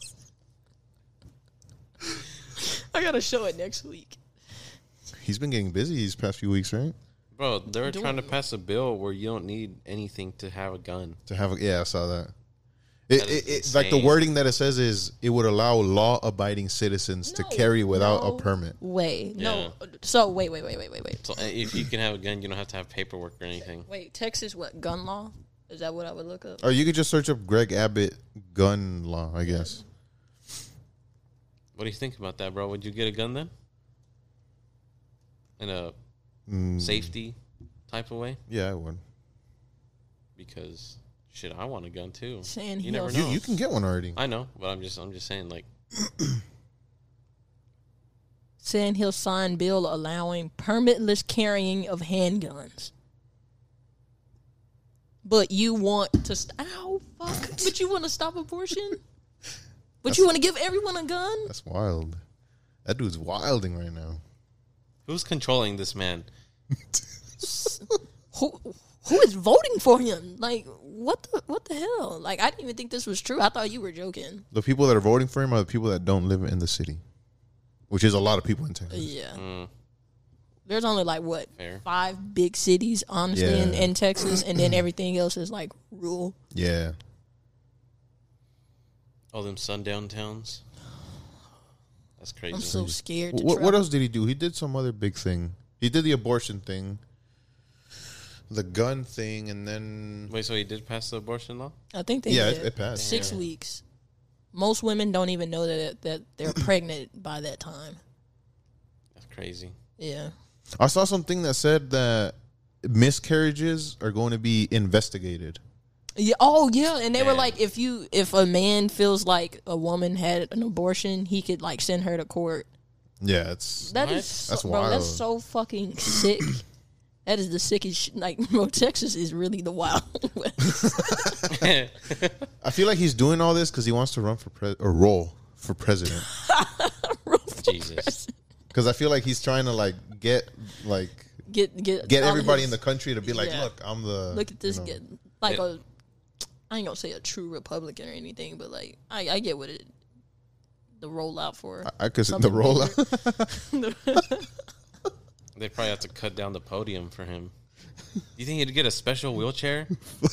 Speaker 3: I gotta show it next week.
Speaker 1: He's been getting busy these past few weeks, right?
Speaker 2: Bro, they were
Speaker 3: Don't-
Speaker 2: trying to pass a bill where you don't need anything to have a gun.
Speaker 1: To have, a, yeah, I saw that. It,
Speaker 2: That is
Speaker 1: it, it, like the
Speaker 2: insane.
Speaker 1: wording that it says is it would allow law-abiding citizens to
Speaker 3: No,
Speaker 1: carry without
Speaker 3: no
Speaker 1: a permit.
Speaker 3: Way no.
Speaker 2: Yeah.
Speaker 3: So wait, wait, wait, wait, wait, wait.
Speaker 2: So uh, if you can have a gun, you don't have to have paperwork or anything.
Speaker 3: Wait, Texas what gun law? Is that what I would look up?
Speaker 1: Or you could just search up Greg Abbott gun law, I guess.
Speaker 2: What do you think about that, bro? Would you get a gun then? In a safety type of way?
Speaker 1: Mm, Yeah, I would.
Speaker 2: Because shit, I want a gun too.
Speaker 3: Saying
Speaker 2: you
Speaker 3: he
Speaker 2: never
Speaker 3: also-
Speaker 1: You,
Speaker 2: know.
Speaker 1: you can get one already.
Speaker 2: I know, but I'm just I'm just saying like
Speaker 3: Saying he'll sign bill allowing permitless carrying of handguns. But you want to st- ow fuck! But you want to stop abortion? But you want to give everyone a gun?
Speaker 1: That's wild. That dude's wilding right now.
Speaker 2: who's controlling this man?
Speaker 3: who who is voting for him? Like what the what the hell? Like I didn't even think this was true. I thought you were joking.
Speaker 1: The people that are voting for him are the people that don't live in the city, which is a lot of people in Texas.
Speaker 3: Yeah.
Speaker 2: Mm.
Speaker 3: There's only like what
Speaker 2: Fair.
Speaker 3: five big cities, honestly, in,
Speaker 1: Yeah.
Speaker 3: in Texas, and then everything else is like rural.
Speaker 1: Yeah.
Speaker 2: All them sundown towns. That's crazy.
Speaker 3: I'm so scared. To
Speaker 1: What, what
Speaker 3: travel.
Speaker 1: else did he do? He did some other big thing. He did the abortion thing, the gun thing, and then
Speaker 2: Wait, so he did pass the abortion law?
Speaker 3: I think they
Speaker 1: yeah,
Speaker 3: did.
Speaker 1: it, it passed.
Speaker 3: six weeks. Most women don't even know that that they're pregnant by that time.
Speaker 2: That's crazy.
Speaker 3: Yeah,
Speaker 1: I saw something that said that miscarriages are going to be investigated.
Speaker 3: yeah. Oh, yeah. And they were
Speaker 2: Damn.
Speaker 3: like, if you if a man feels like a woman had an abortion, he could like send her to court.
Speaker 1: Yeah, it's
Speaker 3: That is
Speaker 2: What?
Speaker 3: so,
Speaker 1: That's
Speaker 3: bro.
Speaker 1: wild.
Speaker 3: That's so fucking sick. that is the sickest. Sh- like, bro, Texas is really the wild. West.
Speaker 1: I feel like he's doing all this because he wants to run for pre- or roll for president.
Speaker 2: Jesus.
Speaker 1: Because I feel like he's trying to like get like
Speaker 3: get get
Speaker 1: get
Speaker 3: all
Speaker 1: everybody in
Speaker 3: his-
Speaker 1: the country to be like,
Speaker 3: yeah.
Speaker 1: look, I'm the
Speaker 3: look at this.
Speaker 1: you know."
Speaker 3: Get like
Speaker 2: Yeah.
Speaker 3: a. I ain't gonna say a true Republican or anything, but like I, I get what it the rollout for.
Speaker 1: I, I could see the
Speaker 3: something
Speaker 1: rollout.
Speaker 2: They probably have to cut down the podium for him. You think he'd get a special wheelchair?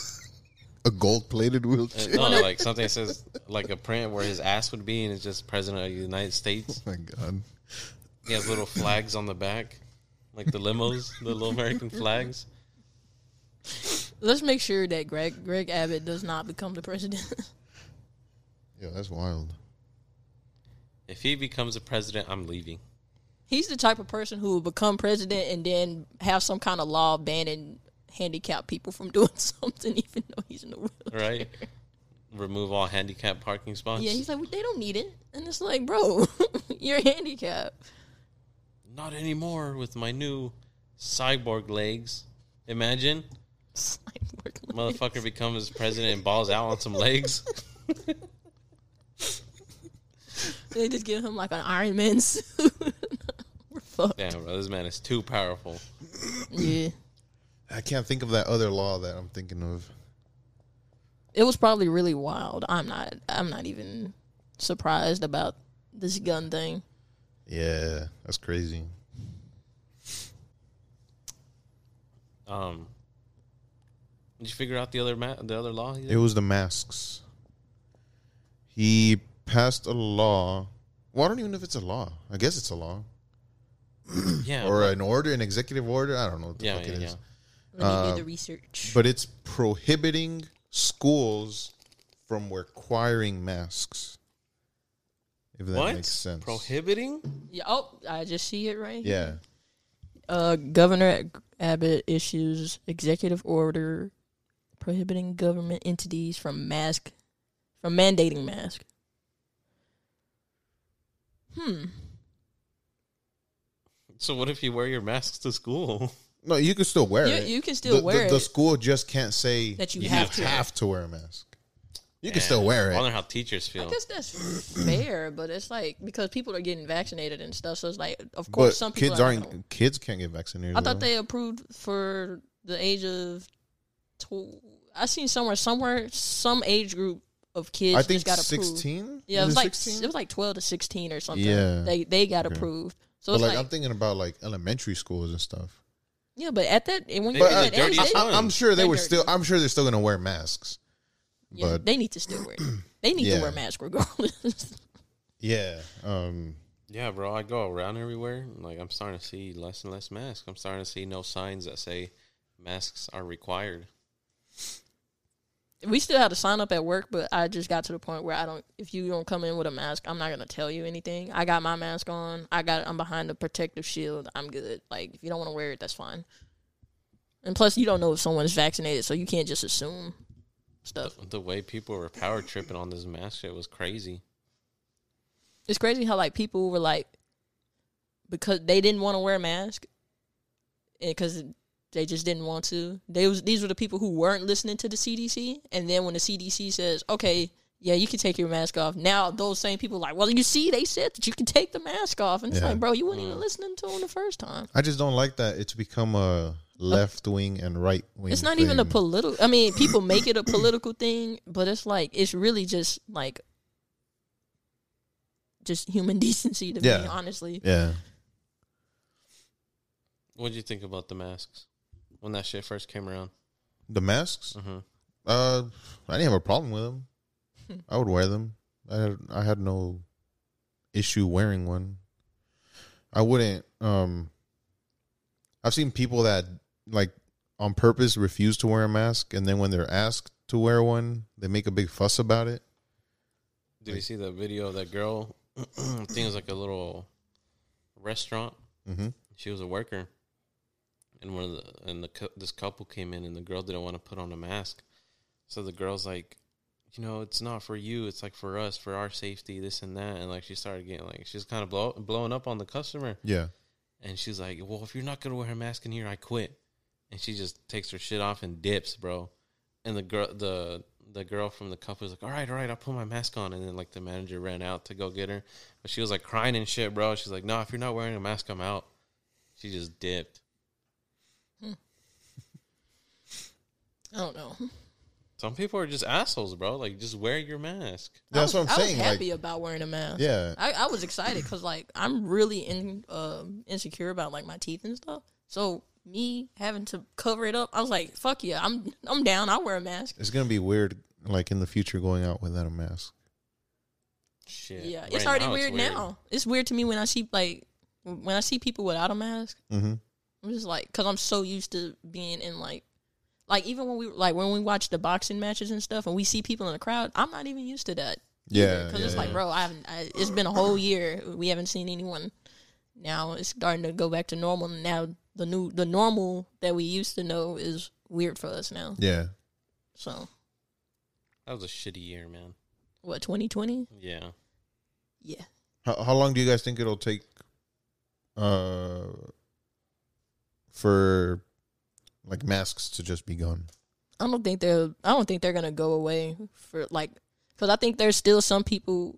Speaker 1: a gold plated
Speaker 2: Uh,
Speaker 1: wheelchair.
Speaker 2: No, like something that says like a print where his ass would be, and it's just President of the United States.
Speaker 1: Oh my god.
Speaker 2: He has little flags on the back, like the limos, the little American flags.
Speaker 3: Let's make sure that Greg Greg Abbott does not become the president.
Speaker 1: Yeah, that's wild.
Speaker 2: If he becomes the president, I'm leaving.
Speaker 3: He's the type of person who will become president and then have some kind of law banning handicapped people from doing something, even though he's in the wheelchair.
Speaker 2: Right? Remove all handicapped parking spots.
Speaker 3: Yeah, he's like, "Well, they don't need it, and it's like, bro, you're handicapped.
Speaker 2: Not anymore with my new cyborg legs. Imagine
Speaker 3: It's like, we're gonna-
Speaker 2: motherfucker becomes president and balls out on some legs.
Speaker 3: They just give him like an Iron Man suit. we're fucked.
Speaker 2: Damn, bro, this man is too powerful.
Speaker 3: Yeah,
Speaker 1: I can't think of that other law that I'm thinking of.
Speaker 3: it was probably really wild. I'm not. I'm not even surprised about this gun thing.
Speaker 1: Yeah, that's crazy.
Speaker 2: Um, did you figure out the other ma- the other law?
Speaker 1: It was the masks. He passed a law. Well, I don't even know if it's a law. I guess it's a law
Speaker 2: yeah,
Speaker 1: or an order, an executive order. I don't know what the
Speaker 2: yeah,
Speaker 1: fuck
Speaker 2: yeah,
Speaker 1: it is.
Speaker 2: yeah.
Speaker 3: Let me do the research.
Speaker 1: But it's prohibiting schools from requiring masks. If that
Speaker 2: What?
Speaker 1: makes sense.
Speaker 2: Prohibiting?
Speaker 3: Yeah, oh, I just see it right. here.
Speaker 1: yeah.
Speaker 3: Uh, Governor Abbott issues executive order prohibiting government entities from mask from mandating mask. Hmm.
Speaker 2: So what if you wear your masks to school?
Speaker 1: No, you can still wear
Speaker 3: You-
Speaker 1: it.
Speaker 3: you can still
Speaker 1: The- the-
Speaker 3: wear
Speaker 1: The
Speaker 3: it.
Speaker 1: school just can't say
Speaker 3: That you have to.
Speaker 1: wear a mask. You can still wear
Speaker 2: I
Speaker 1: it.
Speaker 2: wonder how teachers feel.
Speaker 3: I guess that's fair, but it's like because people are getting vaccinated and stuff, so it's like of course
Speaker 1: but
Speaker 3: some people
Speaker 1: kids
Speaker 3: are
Speaker 1: aren't.
Speaker 3: not.
Speaker 1: Kids can't get vaccinated.
Speaker 3: I thought
Speaker 1: though.
Speaker 3: they approved for the age of tw- I seen somewhere somewhere some age group of kids
Speaker 1: I think
Speaker 3: just got approved.
Speaker 1: sixteen.
Speaker 3: Yeah, it
Speaker 1: Is
Speaker 3: was like
Speaker 1: 16?
Speaker 3: it was like twelve to sixteen or something.
Speaker 1: Yeah.
Speaker 3: they they got approved. So
Speaker 1: But
Speaker 3: it's
Speaker 1: like,
Speaker 3: like,
Speaker 1: I'm thinking about like elementary schools and stuff.
Speaker 3: yeah, but at that and when
Speaker 2: They
Speaker 3: you're
Speaker 1: did
Speaker 3: at
Speaker 1: the
Speaker 3: that age,
Speaker 2: dirtiest
Speaker 3: they,
Speaker 2: one.
Speaker 1: I, am sure they
Speaker 3: They're
Speaker 1: were
Speaker 3: dirty.
Speaker 1: still. I'm sure they're still gonna wear masks.
Speaker 3: yeah,
Speaker 1: But
Speaker 3: they need to still wear. it. They need
Speaker 1: Yeah.
Speaker 3: to wear masks regardless.
Speaker 1: yeah, um,
Speaker 2: Yeah, bro, I go around everywhere. Like I'm starting to see less and less masks. I'm starting to see no signs that say masks are required.
Speaker 3: we still had to sign up at work, but I just got to the point where I don't. If you don't come in with a mask, I'm not gonna tell you anything. I got my mask on. I got. I'm behind the protective shield. I'm good. Like if you don't want to wear it, that's fine. And plus, you don't know if someone's vaccinated, so you can't just assume stuff.
Speaker 2: The way people were power tripping on this mask shit was crazy.
Speaker 3: It's crazy how like people were like because they didn't want to wear a mask because they just didn't want to. They was these were the people who weren't listening to the CDC, and then when the CDC says, "Okay, yeah, you can take your mask off," now those same people like, "Well, you see, they said that you can take the mask off," and it's
Speaker 1: Yeah.
Speaker 3: like, bro, you weren't even listening to them the first time.
Speaker 1: I just don't like that it's become a left wing and right wing.
Speaker 3: It's not even a
Speaker 1: thing.
Speaker 3: political. I mean, people make it a political thing, but it's like it's really just like just human decency to me,
Speaker 1: Yeah.
Speaker 3: honestly.
Speaker 1: Yeah,
Speaker 2: What would you think about the masks when that shit first came around?
Speaker 1: the masks.
Speaker 2: hmm
Speaker 1: Uh, I didn't have a problem with them. I would wear them. I had I had no issue wearing one. I wouldn't. Um, I've seen people that like on purpose refuse to wear a mask, and then when they're asked to wear one, they make a big fuss about it.
Speaker 2: Did you see the video of that girl? I think it was like a little restaurant.
Speaker 1: Mm-hmm.
Speaker 2: She was a worker, and one of the and the cou- this couple came in, and the girl didn't want to put on a mask, so the girl's like, you know, it's not for you, it's like for us, for our safety, this and that, and like she started getting like she's kind of blow, blowing up on the customer,
Speaker 1: Yeah,
Speaker 2: and she's like, well, if you're not gonna wear a mask in here, I quit, and she just takes her shit off and dips, bro, and the girl the the girl from the couple was like, all right, all right, I'll put my mask on, and then like the manager ran out to go get her, but she was like crying and shit, bro. She's like, no, if you're not wearing a mask, I'm out. She just dipped.
Speaker 3: I don't know.
Speaker 2: Some people are just assholes, bro. Like, just wear your mask.
Speaker 3: I
Speaker 1: that's
Speaker 3: was-
Speaker 1: what I'm
Speaker 3: I
Speaker 1: saying.
Speaker 3: was happy
Speaker 1: Like,
Speaker 3: about wearing a mask.
Speaker 1: yeah,
Speaker 3: I, I was excited because like I'm really in um insecure about like my teeth and stuff. So me having to cover it up, I was like, "Fuck yeah, I'm I'm down. I'll wear a mask."
Speaker 1: it's gonna be weird. Like in the future, going out without a mask.
Speaker 2: Shit.
Speaker 3: Yeah,
Speaker 2: Right
Speaker 3: it's already
Speaker 2: now
Speaker 3: weird, now. It's weird to me when I see like when I see people without a mask.
Speaker 1: Mm-hmm.
Speaker 3: I'm just like, because I'm so used to being in like, like even when we like when we watch the boxing matches and stuff, and we see people in the crowd, I'm not even used to that.
Speaker 1: Yeah,
Speaker 3: because
Speaker 1: yeah,
Speaker 3: it's like,
Speaker 1: yeah.
Speaker 3: bro, I haven't. I, it's been a whole year. We haven't seen anyone. Now it's starting to go back to normal. and Now the new the normal that we used to know is weird for us now.
Speaker 1: yeah.
Speaker 3: So
Speaker 2: That was a shitty year, man.
Speaker 3: what 2020?
Speaker 2: Yeah.
Speaker 3: Yeah,
Speaker 1: How, how long do you guys think it'll take uh for like masks to just be gone?
Speaker 3: I don't think they're. I don't think they're gonna go away for like because I think there's still some people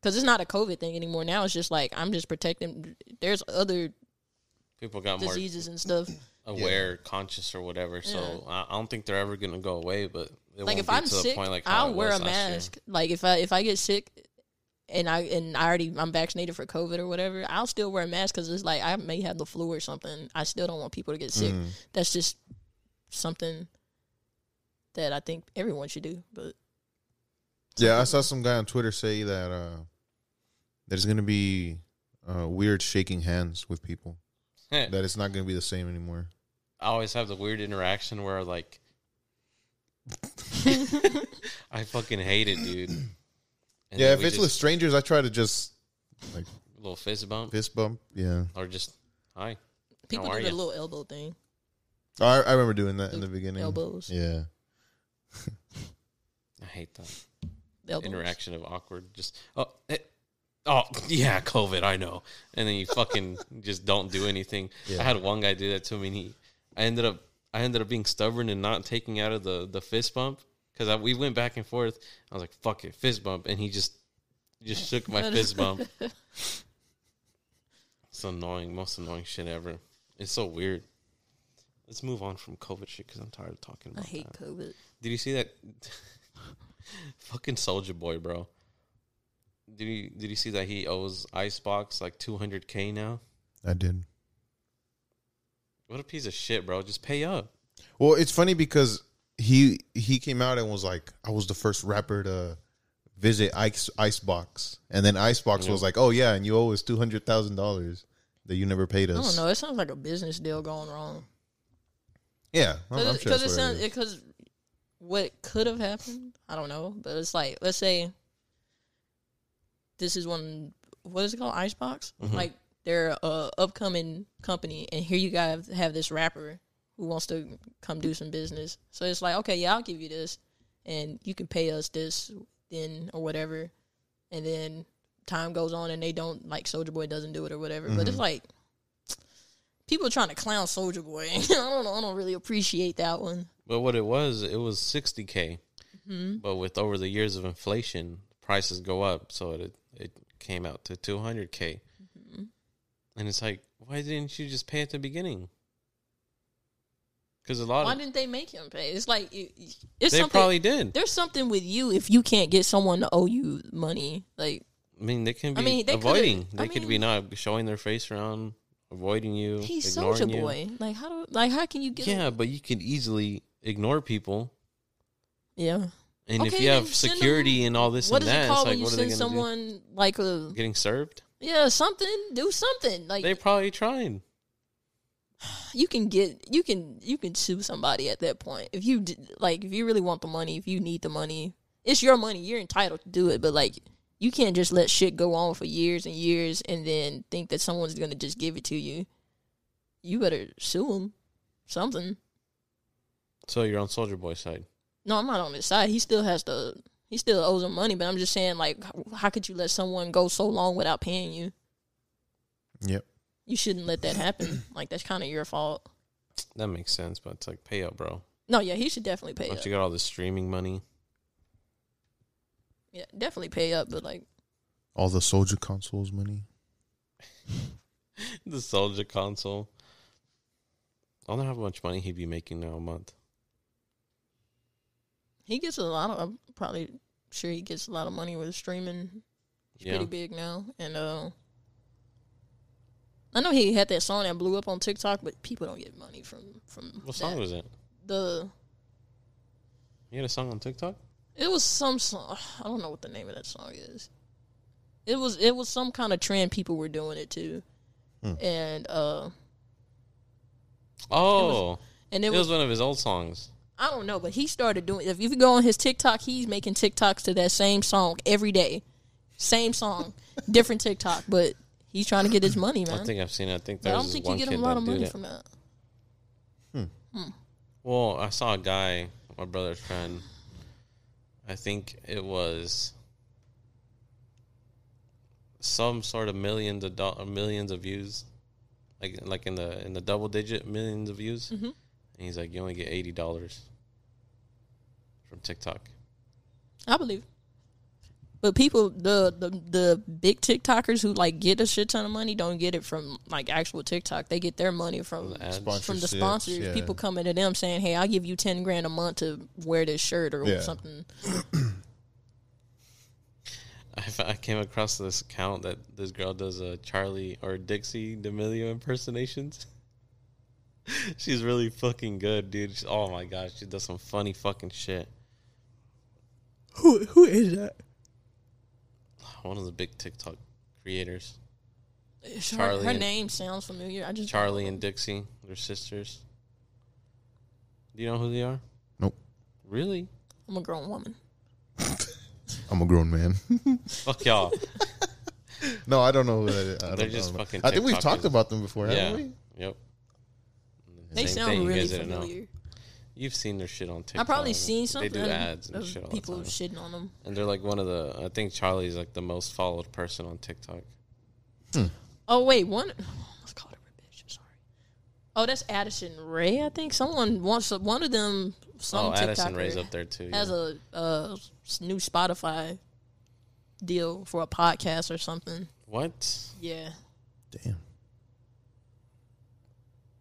Speaker 3: because it's not a COVID thing anymore. Now it's just like I'm just protecting. There's other
Speaker 2: People got more
Speaker 3: diseases and stuff.
Speaker 2: aware, conscious, or whatever. So I, I don't think they're ever gonna go away. But it
Speaker 3: like
Speaker 2: won't
Speaker 3: if
Speaker 2: be
Speaker 3: I'm
Speaker 2: to
Speaker 3: sick,
Speaker 2: the point like how
Speaker 3: I'll
Speaker 2: it
Speaker 3: wear a
Speaker 2: was last year.
Speaker 3: mask. Like if I if I get sick and I and I already I'm vaccinated for COVID or whatever, I'll still wear a mask because it's like I may have the flu or something. I still don't want people to get sick.
Speaker 2: Mm.
Speaker 1: Mm.
Speaker 3: That's just something that I think everyone should do. But
Speaker 1: Yeah, I saw some guy on Twitter say that uh there's gonna be uh weird shaking hands with people.
Speaker 2: Heh.
Speaker 1: That it's not gonna be the same anymore.
Speaker 2: I always have the weird interaction where like I fucking hate it, dude. And
Speaker 1: yeah,
Speaker 2: then
Speaker 1: if
Speaker 2: we
Speaker 1: it's
Speaker 2: just-
Speaker 1: with strangers, I try to just like
Speaker 2: little fist bump
Speaker 1: fist bump. Yeah.
Speaker 2: or just hi.
Speaker 3: people
Speaker 2: are
Speaker 3: do the
Speaker 2: ya?
Speaker 3: little elbow thing,
Speaker 1: Oh, I, I remember doing that in the beginning.
Speaker 3: elbows,
Speaker 1: Yeah.
Speaker 2: I hate that
Speaker 3: the elbows.
Speaker 2: interaction of awkward. Just oh. eh, Oh yeah, COVID. I know, and then you fucking just don't do anything. I had one guy do that to me. And he, I ended up, I ended up being stubborn and not taking out of the the fist bump because we went back and forth. I was like, "Fuck it, fist bump," and he just just shook my fist bump. It's annoying, most annoying shit ever. It's so weird. Let's move on from COVID shit because I'm tired of talking
Speaker 3: I
Speaker 2: about
Speaker 3: hate
Speaker 2: that.
Speaker 3: COVID.
Speaker 2: Did you see that fucking Soldier Boy, bro? Did you did you see that he owes Icebox like 200k now?
Speaker 1: I did.
Speaker 2: What a piece of shit, bro! Just pay up.
Speaker 1: Well, it's funny because he he came out and was like, I was the first rapper to visit Ice Icebox, and then Icebox
Speaker 2: Yeah.
Speaker 1: was like, Oh yeah, and you owe us two hundred thousand dollars that you never paid
Speaker 3: I don't
Speaker 1: us.
Speaker 3: know. It sounds like a business deal going wrong.
Speaker 1: Yeah, I'm- I'm
Speaker 3: Because
Speaker 1: sure that's
Speaker 3: it
Speaker 1: what it
Speaker 3: sounds
Speaker 1: is.
Speaker 3: because what could have happened, I don't know. But it's like let's say this is one. What is it called? Icebox.
Speaker 1: Mm-hmm.
Speaker 3: Like they're a upcoming company, and here you guys have this rapper who wants to come do some business. So it's like okay, yeah, I'll give you this, and you can pay us this then or whatever, and then time goes on and they don't like Soldier Boy doesn't do it or whatever. But
Speaker 1: Mm-hmm.
Speaker 3: it's like people trying to clown Soldier Boy. I don't know. I don't really appreciate that one.
Speaker 2: But what it was, it was 60k.
Speaker 3: Mm-hmm.
Speaker 2: But with over the years of inflation, prices go up, so it it came out to 200k.
Speaker 3: Mm-hmm.
Speaker 2: And it's like, why didn't you just pay at the beginning? Because a lot
Speaker 3: Why
Speaker 2: of
Speaker 3: didn't they make him pay? It's like it- it's
Speaker 2: they
Speaker 3: something.
Speaker 2: probably did.
Speaker 3: there's something with you if you can't get someone to owe you money. Like
Speaker 2: I mean, they can be
Speaker 3: I mean, they could've-
Speaker 2: avoiding. They
Speaker 3: I
Speaker 2: could be
Speaker 3: mean-
Speaker 2: not showing their face around, avoiding you,
Speaker 3: he's
Speaker 2: ignoring
Speaker 3: Soldier
Speaker 2: you.
Speaker 3: Boy. Like how do like how can you get?
Speaker 2: Yeah, but you can easily ignore people,
Speaker 3: yeah.
Speaker 2: and if
Speaker 3: Okay,
Speaker 2: you have
Speaker 3: then send them-
Speaker 2: security and all this
Speaker 3: What
Speaker 2: and
Speaker 3: is
Speaker 2: that,
Speaker 3: it called
Speaker 2: it's like,
Speaker 3: when you
Speaker 2: what are they
Speaker 3: send
Speaker 2: going to
Speaker 3: someone like a
Speaker 2: do? Getting served?
Speaker 3: yeah something? Do something like
Speaker 2: They probably tried.
Speaker 3: you can get you can you can sue somebody at that point if you d- like if you really want the money if you need the money it's your money you're entitled to do it but like you can't just let shit go on for years and years and then think that someone's gonna just give it to you you better sue him something
Speaker 2: So you're on Soldier Boy's side.
Speaker 3: no i'm not on his side he still has to he still owes him money but i'm just saying like h- how could you let someone go so long without paying you
Speaker 1: Yep.
Speaker 3: you shouldn't let that happen like that's kind of your fault
Speaker 2: That makes sense, but it's like pay up, bro.
Speaker 3: no yeah he should definitely pay
Speaker 2: Don't
Speaker 3: up.
Speaker 2: you got all this streaming money?
Speaker 3: Yeah, definitely pay up, but like,
Speaker 1: All the soldier consoles money.
Speaker 2: the Soldier console. I don't know how much money he'd be making now a month.
Speaker 3: he gets a lot of. I'm probably sure he gets a lot of money with streaming. He's
Speaker 2: Yeah.
Speaker 3: pretty big now, and uh, I know he had that song that blew up on TikTok, but people don't get money from from
Speaker 2: What song
Speaker 3: that.
Speaker 2: was it?
Speaker 3: the.
Speaker 2: You had a song on TikTok?
Speaker 3: It was some song. I don't know what the name of that song is. It was it was some kind of trend people were doing it to,
Speaker 2: Hmm.
Speaker 3: and uh,
Speaker 2: Oh,
Speaker 3: and
Speaker 2: it
Speaker 3: it
Speaker 2: was,
Speaker 3: was
Speaker 2: one of his old songs.
Speaker 3: I don't know, but he started doing. If you go on his TikTok, he's making TikToks to that same song every day, same song, different TikTok. But he's trying to get his money, man.
Speaker 2: I think I've seen it. I think
Speaker 3: But I
Speaker 2: there
Speaker 3: don't
Speaker 2: was this
Speaker 3: think you
Speaker 2: one
Speaker 3: get
Speaker 2: kid
Speaker 3: a lot of
Speaker 2: that did
Speaker 3: money
Speaker 2: it.
Speaker 3: from that.
Speaker 2: Well, I saw a guy, my brother's friend. I think it was some sort of millions of dollars, millions of views, like like in the in the double digit millions of views.
Speaker 3: Mm-hmm.
Speaker 2: And he's like, you only get eighty dollars from TikTok.
Speaker 3: I believe. But people, the, the the big TikTokers who like get a shit ton of money don't get it from like actual TikTok. They get their money from
Speaker 2: The ads.
Speaker 3: from the
Speaker 1: Sponsorships,
Speaker 3: sponsors.
Speaker 1: yeah.
Speaker 3: People coming to them saying, "Hey, I'll give you ten grand a month to wear this shirt or
Speaker 1: Yeah.
Speaker 3: something."
Speaker 2: I, f- I came across this account that this girl does a Charlie or Dixie D'Amelio impersonations. She's really fucking good, dude. She's, oh my gosh, she does some funny fucking shit.
Speaker 3: Who who is that?
Speaker 2: One of the big TikTok creators,
Speaker 3: Her,
Speaker 2: Charlie
Speaker 3: her
Speaker 2: and-
Speaker 3: name sounds familiar. I just
Speaker 2: Charlie and Dixie, they're sisters. Do you know who they are?
Speaker 1: Nope.
Speaker 2: Really?
Speaker 3: I'm a grown woman.
Speaker 1: I'm a grown man.
Speaker 2: Fuck y'all.
Speaker 1: no, I don't know. Who that is. I don't
Speaker 2: They're just
Speaker 1: know.
Speaker 2: fucking
Speaker 1: I think we've
Speaker 2: TikTokers.
Speaker 1: talked about them before,
Speaker 2: yeah.
Speaker 1: haven't we?
Speaker 2: Yep.
Speaker 3: They
Speaker 2: Same
Speaker 3: sound
Speaker 2: thing, you
Speaker 3: really
Speaker 2: guys didn't know.
Speaker 3: familiar.
Speaker 2: You've seen their shit on TikTok.
Speaker 3: I probably seen
Speaker 2: They
Speaker 3: something
Speaker 2: do ads and
Speaker 3: of
Speaker 2: shit all the
Speaker 3: people
Speaker 2: time.
Speaker 3: shitting on them.
Speaker 2: And they're like one of the. I think Charlie's like the most followed person on TikTok.
Speaker 3: Oh wait, one. Let's call her a bitch. I'm sorry. Oh, that's Addison Ray. I think someone wants to- one of them. Some
Speaker 2: oh, Addison
Speaker 3: TikToker
Speaker 2: Ray's up there too.
Speaker 3: Has
Speaker 2: yeah.
Speaker 3: a uh, s- new Spotify deal for a podcast or something.
Speaker 2: what?
Speaker 3: Yeah,
Speaker 1: Damn.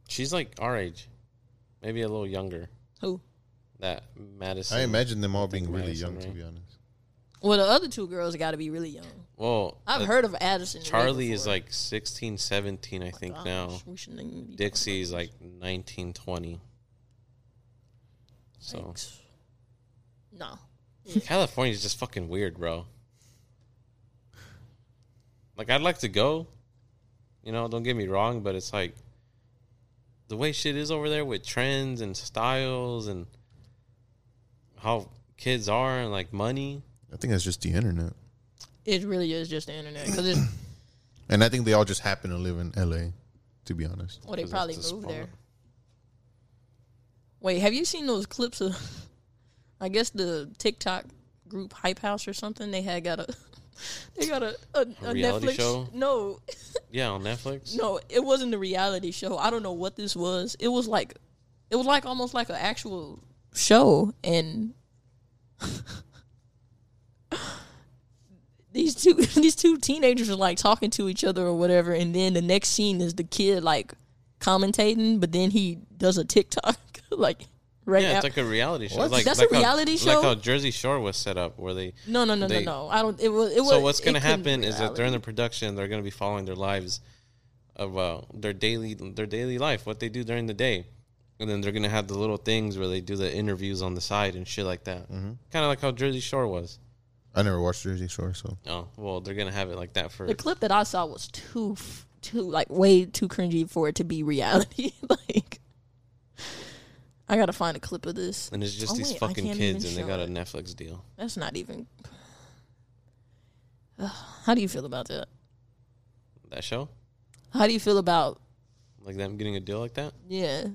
Speaker 2: She's like our age, maybe a little younger.
Speaker 3: who?
Speaker 2: That Madison.
Speaker 1: I imagine them all being
Speaker 2: think
Speaker 1: really
Speaker 2: Madison
Speaker 1: young, to
Speaker 2: Ray.
Speaker 1: be honest.
Speaker 3: Well, the other two girls got to be really young.
Speaker 2: Well,
Speaker 3: I've
Speaker 2: uh,
Speaker 3: heard of Addison. Rae
Speaker 2: Charlie is
Speaker 3: before. Oh
Speaker 2: like 16, 17, I think
Speaker 3: Gosh,
Speaker 2: now.
Speaker 3: we shouldn't even be talking
Speaker 2: Dixie's
Speaker 3: about
Speaker 2: like 19, 20.
Speaker 3: this.
Speaker 2: So
Speaker 3: Yikes. no.
Speaker 2: California's just fucking weird, bro. Like I'd like to go, you know. Don't get me wrong, but it's like the way shit is over there with trends and styles and how kids are and like money.
Speaker 1: I think that's just the internet,
Speaker 3: It really is just the internet because it's
Speaker 1: and I think they all just happen to live in LA, to be honest.
Speaker 3: Well, they
Speaker 2: 'cause that's
Speaker 3: probably
Speaker 2: the
Speaker 3: moved
Speaker 2: spot.
Speaker 3: there. Wait, have you seen those clips of? I guess the TikTok group Hype House or something. They had got a, they got a a, a,
Speaker 2: reality
Speaker 3: Netflix
Speaker 2: show?
Speaker 3: No,
Speaker 2: Yeah, on Netflix.
Speaker 3: no, it wasn't a reality show. I don't know what this was. It was like, it was like almost like an actual show, and these two these two teenagers are like talking to each other or whatever, and then the next scene is the kid like commentating, but then he does a TikTok like right
Speaker 2: Yeah, it's
Speaker 3: after.
Speaker 2: like a reality show.
Speaker 1: What?
Speaker 2: Like,
Speaker 3: That's a
Speaker 2: like how-
Speaker 3: reality show?
Speaker 2: Like how Jersey Shore was set up, where they
Speaker 3: no, no, no,
Speaker 2: they-
Speaker 3: no, no. I don't. It was. It was.
Speaker 2: So what's
Speaker 3: it
Speaker 2: going to
Speaker 3: couldn't be
Speaker 2: happen is that
Speaker 3: reality.
Speaker 2: during the production, they're going to be following their lives of uh, their daily their daily life, what they do during the day, and then they're going to have the little things where they do the interviews on the side and shit like that.
Speaker 3: Mm-hmm.
Speaker 2: Kind of like how Jersey Shore was.
Speaker 1: I never watched Jersey Shore, so
Speaker 2: Oh well, they're going to have it like that for
Speaker 3: the clip that I saw was too f- too like way too cringy for it to be reality. like I gotta find a clip of this.
Speaker 2: And it's just
Speaker 3: Oh,
Speaker 2: these
Speaker 3: wait, I
Speaker 2: fucking
Speaker 3: can't
Speaker 2: kids,
Speaker 3: even
Speaker 2: and they
Speaker 3: show
Speaker 2: got a
Speaker 3: it.
Speaker 2: Netflix deal.
Speaker 3: That's not even. Ugh, how do you feel about that?
Speaker 2: That show,
Speaker 3: How do you feel about
Speaker 2: like them getting a deal like that.
Speaker 3: yeah?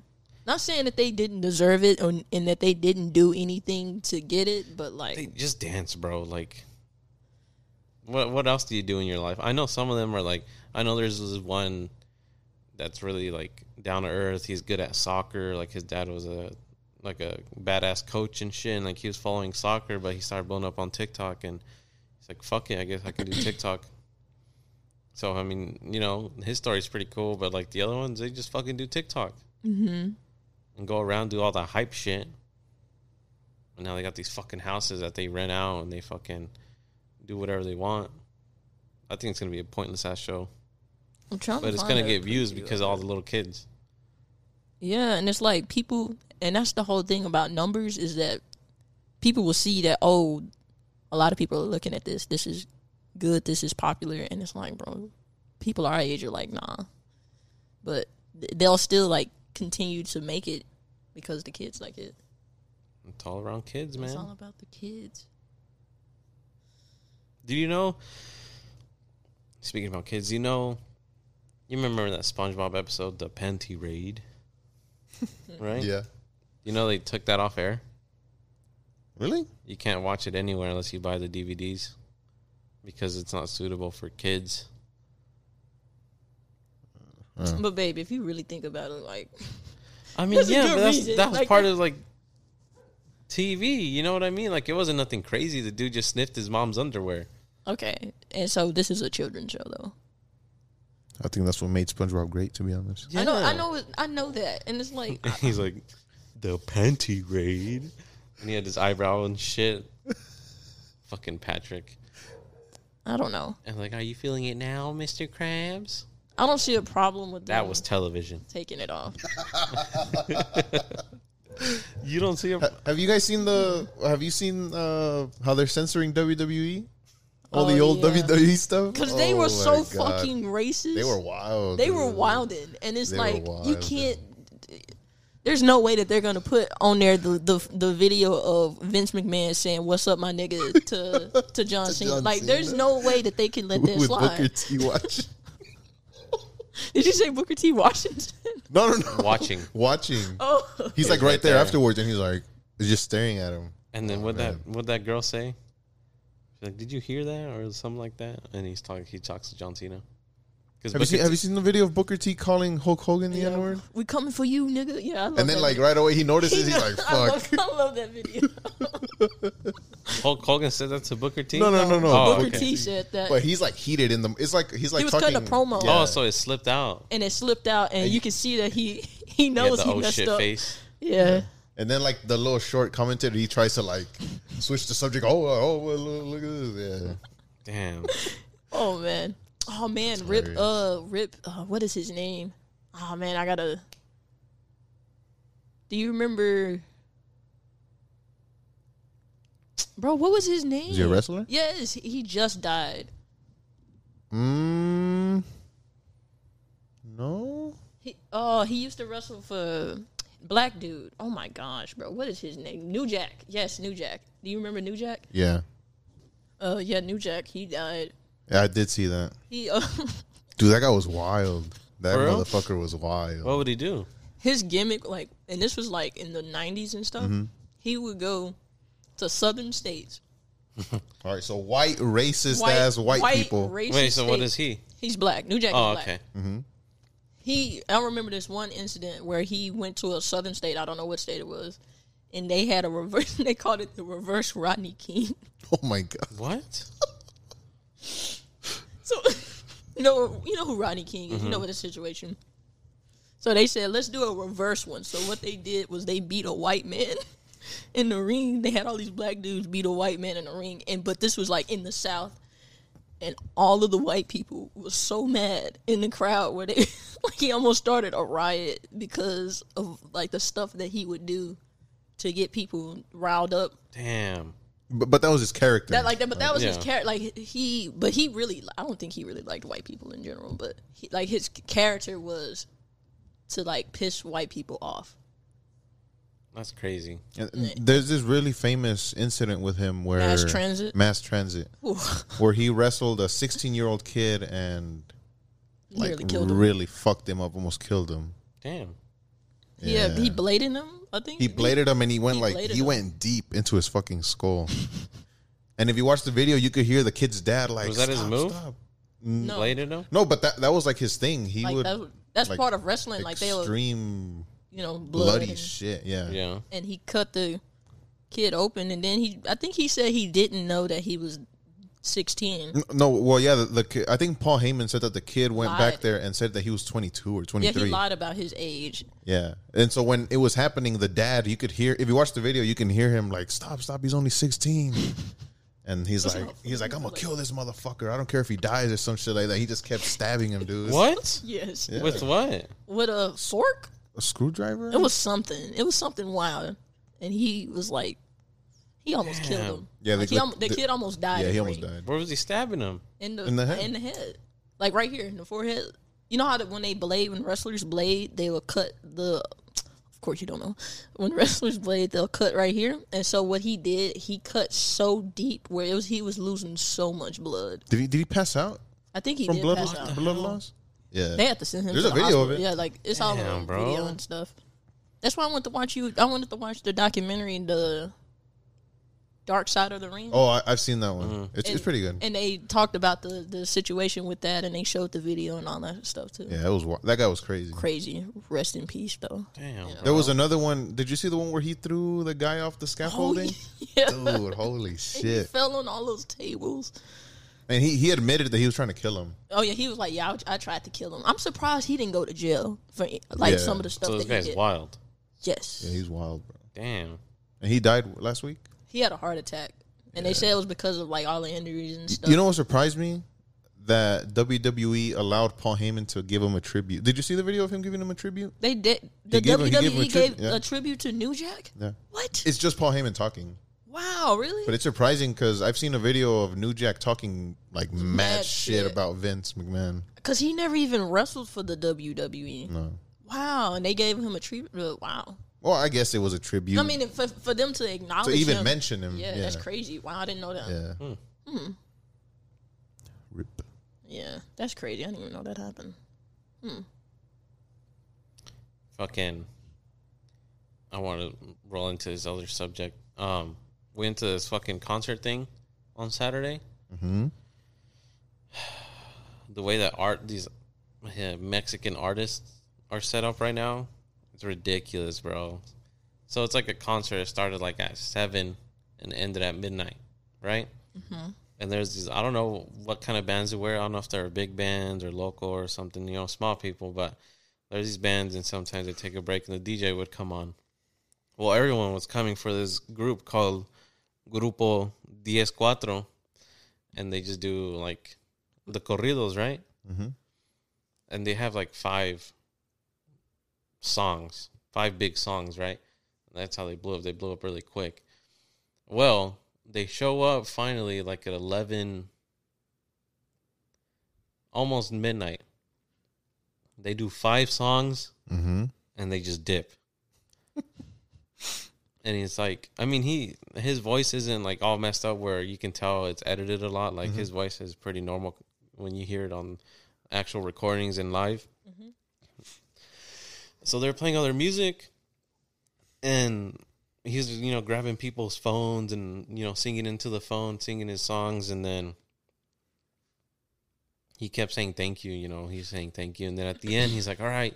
Speaker 3: Not saying that they didn't deserve it or, and that they didn't do anything to get it, but like
Speaker 2: They just dance, bro. Like, what what else do you do in your life? I know some of them are like, I know there's this one that's really like down to earth. He's good at soccer. Like his dad was a like a badass coach and shit. And like he was following soccer, but he started blowing up on TikTok, and he's like, "Fuck it, I guess I can do TikTok." So I mean, you know, his story's pretty cool, but like the other ones, they just fucking do TikTok and go around do all the hype shit. And now they got these fucking houses that they rent out and they fucking do whatever they want. I think it's gonna be a pointless ass show,
Speaker 3: I'm trying.
Speaker 2: but
Speaker 3: to
Speaker 2: it's
Speaker 3: find
Speaker 2: gonna
Speaker 3: a
Speaker 2: get views
Speaker 3: preview
Speaker 2: because
Speaker 3: of
Speaker 2: of all
Speaker 3: it.
Speaker 2: the little kids.
Speaker 3: Yeah, and it's like people, and that's the whole thing about numbers is that people will see that oh, a lot of people are looking at this. This is good. This is popular, and it's like, bro, people our age are like, nah, but th- they'll still like continue to make it because the kids like it.
Speaker 2: It's all around kids,
Speaker 3: It's all
Speaker 2: man.
Speaker 3: about the kids.
Speaker 2: Do you know? Speaking about kids, you know, you remember that SpongeBob episode, the panty raid, right?
Speaker 1: Yeah.
Speaker 2: You know they took that off air.
Speaker 1: Really?
Speaker 2: You can't watch it anywhere unless you buy the DVDs because it's not suitable for kids.
Speaker 3: But babe, if you really think about it, like,
Speaker 2: I mean,
Speaker 3: That's a
Speaker 2: yeah,
Speaker 3: good
Speaker 2: but that's,
Speaker 3: reason.
Speaker 2: that was
Speaker 3: Like-
Speaker 2: part of like TV. You know what I mean? Like it wasn't nothing crazy. The dude just sniffed his mom's underwear.
Speaker 3: okay, and so this is a children's show though.
Speaker 1: I think that's what made SpongeBob great, to be honest.
Speaker 3: I know, I
Speaker 2: Yeah.
Speaker 3: know, it- I know that, and it's like,
Speaker 2: And he's like, the panty raid, and he had his eyebrow and shit. Fucking Patrick.
Speaker 3: I don't know.
Speaker 2: And like, are you feeling it now, Mister Krabs?
Speaker 3: I don't see a problem with
Speaker 2: That
Speaker 3: them
Speaker 2: was television.
Speaker 3: taking it off.
Speaker 2: You don't see him.
Speaker 1: Have you guys seen the? Have you seen uh, how they're censoring WWE? All the
Speaker 3: Oh,
Speaker 1: old
Speaker 3: yeah.
Speaker 1: WWE stuff
Speaker 3: Because they
Speaker 1: Oh
Speaker 3: were
Speaker 1: my
Speaker 3: so
Speaker 1: God.
Speaker 3: fucking racist.
Speaker 1: They were wild.
Speaker 3: They were
Speaker 1: dude.
Speaker 3: wilding, and it's
Speaker 1: They were
Speaker 3: like you
Speaker 1: wildin'.
Speaker 3: can't. There's no way that they're gonna put on there the the, the video of Vince McMahon saying "What's up, my nigga" to to John Cena.
Speaker 1: John
Speaker 3: like, there's
Speaker 1: Cena.
Speaker 3: no way that they can let that
Speaker 1: with Booker
Speaker 3: slide.
Speaker 1: T. Watch.
Speaker 3: Did you say Booker T. Washington?
Speaker 1: No, no, no.
Speaker 2: Watching.
Speaker 1: Watching.
Speaker 3: oh,
Speaker 1: He's like right there afterwards, and he's like he's just staring at him.
Speaker 2: And then what that
Speaker 1: man.
Speaker 2: what that girl say? She's like, did you hear that or something like that? And he's talking. He talks to John Cena.
Speaker 1: Have you seen Have you seen the video of Booker T. calling Hulk Hogan the N word?
Speaker 3: we coming for you, nigga. Yeah, I love
Speaker 1: And then
Speaker 3: that
Speaker 1: like
Speaker 3: video.
Speaker 1: right away he notices. He's like,
Speaker 3: I love,
Speaker 1: "Fuck."
Speaker 3: I love that video.
Speaker 2: Hulk Hogan said that to Booker T.
Speaker 1: No, no, no, no.
Speaker 2: Oh,
Speaker 3: Booker
Speaker 2: okay.
Speaker 3: T. said that,
Speaker 1: But he's like heated in the. It's like he's like
Speaker 3: was
Speaker 1: talking,
Speaker 3: cutting a promo.
Speaker 1: Yeah.
Speaker 2: Oh, so it slipped out.
Speaker 3: and it slipped out, and you can see that he he
Speaker 2: Yeah,
Speaker 3: knows
Speaker 2: the
Speaker 3: he
Speaker 2: oh
Speaker 3: messed
Speaker 2: shit
Speaker 3: up.
Speaker 2: face.
Speaker 3: Yeah.
Speaker 1: and then like the little short commentator, he tries to like switch the subject. Oh, oh, well, look, look at this. Yeah.
Speaker 2: Damn.
Speaker 3: Oh man. Oh man, Rip uh Rip uh what is his name? Oh man, I gotta Do you remember Bro, what was his name?
Speaker 1: Is he a wrestler?
Speaker 3: Yes, he just died.
Speaker 1: Mm, no.
Speaker 3: He oh he used to wrestle for Black dude. Oh my gosh, bro. What is his name? New Jack. Yes, New Jack. Do you remember New Jack?
Speaker 1: Yeah.
Speaker 3: Uh yeah, New Jack. He died.
Speaker 1: yeah, I did see that.
Speaker 3: He uh,
Speaker 1: Dude, that guy was wild. That
Speaker 2: For real?
Speaker 1: motherfucker was wild.
Speaker 2: What would he do?
Speaker 3: his gimmick like and this was like in the 90s and stuff
Speaker 1: Mm-hmm.
Speaker 3: he would go to southern states
Speaker 1: All right, so white racist ass white, people.
Speaker 3: racist
Speaker 2: Wait, so what
Speaker 3: states.
Speaker 2: is he?
Speaker 3: he's black new jack
Speaker 2: Oh,
Speaker 3: is black
Speaker 2: okay.
Speaker 3: he i remember this one incident where he went to a southern state i don't know what state it was and they had a reverse they called it the reverse rodney king
Speaker 1: oh my god.
Speaker 2: What?
Speaker 3: so you know you know who rodney king is you know what the situation so they said let's do a reverse one so what they did was they beat a white man in the ring. They had all these black dudes beat a white man in the ring, and but this was like in the South, and all of the white people was so mad in the crowd where they like he almost started a riot because of like the stuff that he would do to get people riled up.
Speaker 2: Damn.
Speaker 1: But, but that was his character.
Speaker 3: That like that, but that was his
Speaker 2: Yeah.
Speaker 3: character. Like he, but he really, I don't think he really liked white people in general. But he, like his character was to like piss white people off.
Speaker 2: That's crazy.
Speaker 1: And- and there's this really famous incident with him where
Speaker 3: Mass transit?
Speaker 1: mass transit,
Speaker 3: Ooh,
Speaker 1: where he wrestled a 16 year old kid and like
Speaker 3: nearly killed him.
Speaker 1: really fucked him up, almost killed him.
Speaker 2: Damn.
Speaker 3: Yeah, he
Speaker 1: yeah.
Speaker 3: bladed him. I think
Speaker 1: He bladed him and he went
Speaker 3: He
Speaker 1: like
Speaker 3: bladed
Speaker 1: he
Speaker 3: him.
Speaker 1: went deep into his fucking skull. and if you watch the video, you could hear the kid's dad like,
Speaker 2: Was that his
Speaker 1: "Stop,
Speaker 2: move?
Speaker 1: stop."
Speaker 3: No,
Speaker 2: Bladed him?
Speaker 1: No, but that that was like his thing. He
Speaker 3: like
Speaker 1: would
Speaker 3: that, was- that's
Speaker 1: like,
Speaker 3: part of wrestling. Like they were,
Speaker 1: extreme
Speaker 3: you know, blood
Speaker 1: bloody
Speaker 3: and,
Speaker 1: shit. Yeah.
Speaker 2: Yeah.
Speaker 3: and he cut the kid open, and then he, I think he said he didn't know that he was sixteen.
Speaker 1: N- No, well, yeah. The, the ki- I think Paul Heyman said that the kid went back
Speaker 3: Lied.
Speaker 1: there and said that he was 22 or
Speaker 3: Yeah,
Speaker 1: 23.
Speaker 3: he lied about his age.
Speaker 1: Yeah. And so when it was happening, the dad, you could hear if you watch the video, you can hear him like, "Stop, stop! He's only 16." And he's like, he's like, "I'm gonna kill this motherfucker. I don't care if he dies or some shit like that." He just kept stabbing him, dude.
Speaker 2: What?
Speaker 3: Yes,
Speaker 1: Yeah.
Speaker 2: With what?
Speaker 3: with a fork.
Speaker 1: A screwdriver?
Speaker 3: It was something. It was something wild, and he was like, he almost killed him.
Speaker 1: Yeah,
Speaker 3: like
Speaker 1: the-
Speaker 3: he al- the,
Speaker 1: the-
Speaker 3: kid almost died.
Speaker 1: yeah, he
Speaker 3: in the
Speaker 1: almost
Speaker 3: ring.
Speaker 1: died.
Speaker 2: Where was he stabbing him?
Speaker 3: in the
Speaker 1: In the head.
Speaker 3: in the head, like right here in the forehead. You know how that when they blade, when wrestlers blade, they will cut the. Of course, you don't know when wrestlers blade, they'll cut right here. And so what he did, he cut so deep where it was he was losing so much blood.
Speaker 1: Did he did he pass out
Speaker 3: I think he
Speaker 1: from
Speaker 3: did
Speaker 1: blood
Speaker 3: pass
Speaker 1: loss,
Speaker 3: out.
Speaker 1: blood loss? Yeah.
Speaker 3: They had to send him.
Speaker 1: There's
Speaker 3: to
Speaker 1: a
Speaker 3: the
Speaker 1: video of
Speaker 3: hospital.
Speaker 1: it.
Speaker 3: Yeah, like it's all
Speaker 2: Damn,
Speaker 3: on
Speaker 2: bro.
Speaker 3: video and stuff. That's why I wanted to watch you. I wanted to watch the documentary, the Dark Side of the Ring.
Speaker 1: Oh, I, I've seen that one. It's, it's pretty good.
Speaker 3: Mm. And they talked about the the situation with that, and they showed the video and all that stuff too.
Speaker 1: yeah, it was wa- that guy was crazy.
Speaker 3: Crazy. Rest in peace, though.
Speaker 2: Damn.
Speaker 1: There was another one. Did you see the one where he threw the guy off the scaffolding?
Speaker 3: Oh, yeah.
Speaker 1: Dude, holy
Speaker 3: He
Speaker 1: shit!
Speaker 3: fell on all those tables.
Speaker 1: And he, he admitted that he was trying to kill him.
Speaker 3: Oh yeah, he was like, "Yeah, I, I tried to kill him." I'm surprised he didn't go to jail for like
Speaker 1: Yeah.
Speaker 3: some of the stuff
Speaker 2: So this
Speaker 3: that he
Speaker 2: guy's
Speaker 3: did.
Speaker 2: wild.
Speaker 3: Yes,
Speaker 1: Yeah, he's wild, bro.
Speaker 2: Damn.
Speaker 1: And he died last week.
Speaker 3: he had a heart attack, and they said it was because of like all the injuries and stuff.
Speaker 1: You know what surprised me? That WWE allowed Paul Heyman to give him a tribute. Did you see the video of him giving him a tribute?
Speaker 3: They did. The
Speaker 1: gave him- he
Speaker 3: WWE
Speaker 1: gave him a
Speaker 3: gave,
Speaker 1: tribute, yeah.
Speaker 3: a tribute to New Jack.
Speaker 1: Yeah.
Speaker 3: What?
Speaker 1: It's just Paul Heyman talking.
Speaker 3: wow,
Speaker 1: But
Speaker 3: really?
Speaker 1: it's surprising because I've seen a video of New Jack talking like mad,
Speaker 3: Mad
Speaker 1: shit,
Speaker 3: shit.
Speaker 1: about Vince McMahon.
Speaker 3: Because he never even wrestled for the WWE.
Speaker 1: No.
Speaker 3: Wow, and they gave him a tribute. uh, Wow.
Speaker 1: Well, I guess it was a tribute
Speaker 3: I mean, for, for them to acknowledge
Speaker 1: to even
Speaker 3: him,
Speaker 1: mention him.
Speaker 3: yeah, that's crazy. Hmm. Wow, I didn't know that. Yeah.
Speaker 1: Yeah.
Speaker 2: Hmm.
Speaker 1: Rip.
Speaker 3: that's crazy. I didn't even know that happened.
Speaker 2: Fucking. I want to roll into this other subject. Um, we went to this fucking concert thing on Saturday.
Speaker 1: Mhm.
Speaker 2: The way that art these yeah, Mexican artists are set up right now, it's ridiculous, bro. So it's like a concert that started like at seven and ended at midnight, right? and there's these I don't know what kind of bands they were. I don't know if they're big bands or local or something, you know, small people, but there's these bands and sometimes they take a break and the DJ would come on. Well, everyone was coming for this group called Grupo Diez Cuatro and they just do like the corridos, right?
Speaker 1: Mhm.
Speaker 2: And they have like five songs, five big songs, right? That's how they blew up. They blew up really quick. Well, they show up finally like at 11 almost midnight. They do five songs
Speaker 1: Mhm.
Speaker 2: and they just dip. and it's like, I mean, he his voice isn't like all messed up where you can tell it's edited a lot. Like his voice is pretty normal when you hear it on actual recordings and live. So they're playing other music, and he's you know grabbing people's phones and you know singing into the phone, singing his songs, and then. He kept saying thank you, you know. He's saying thank you, and then at the end, he's like, "All right,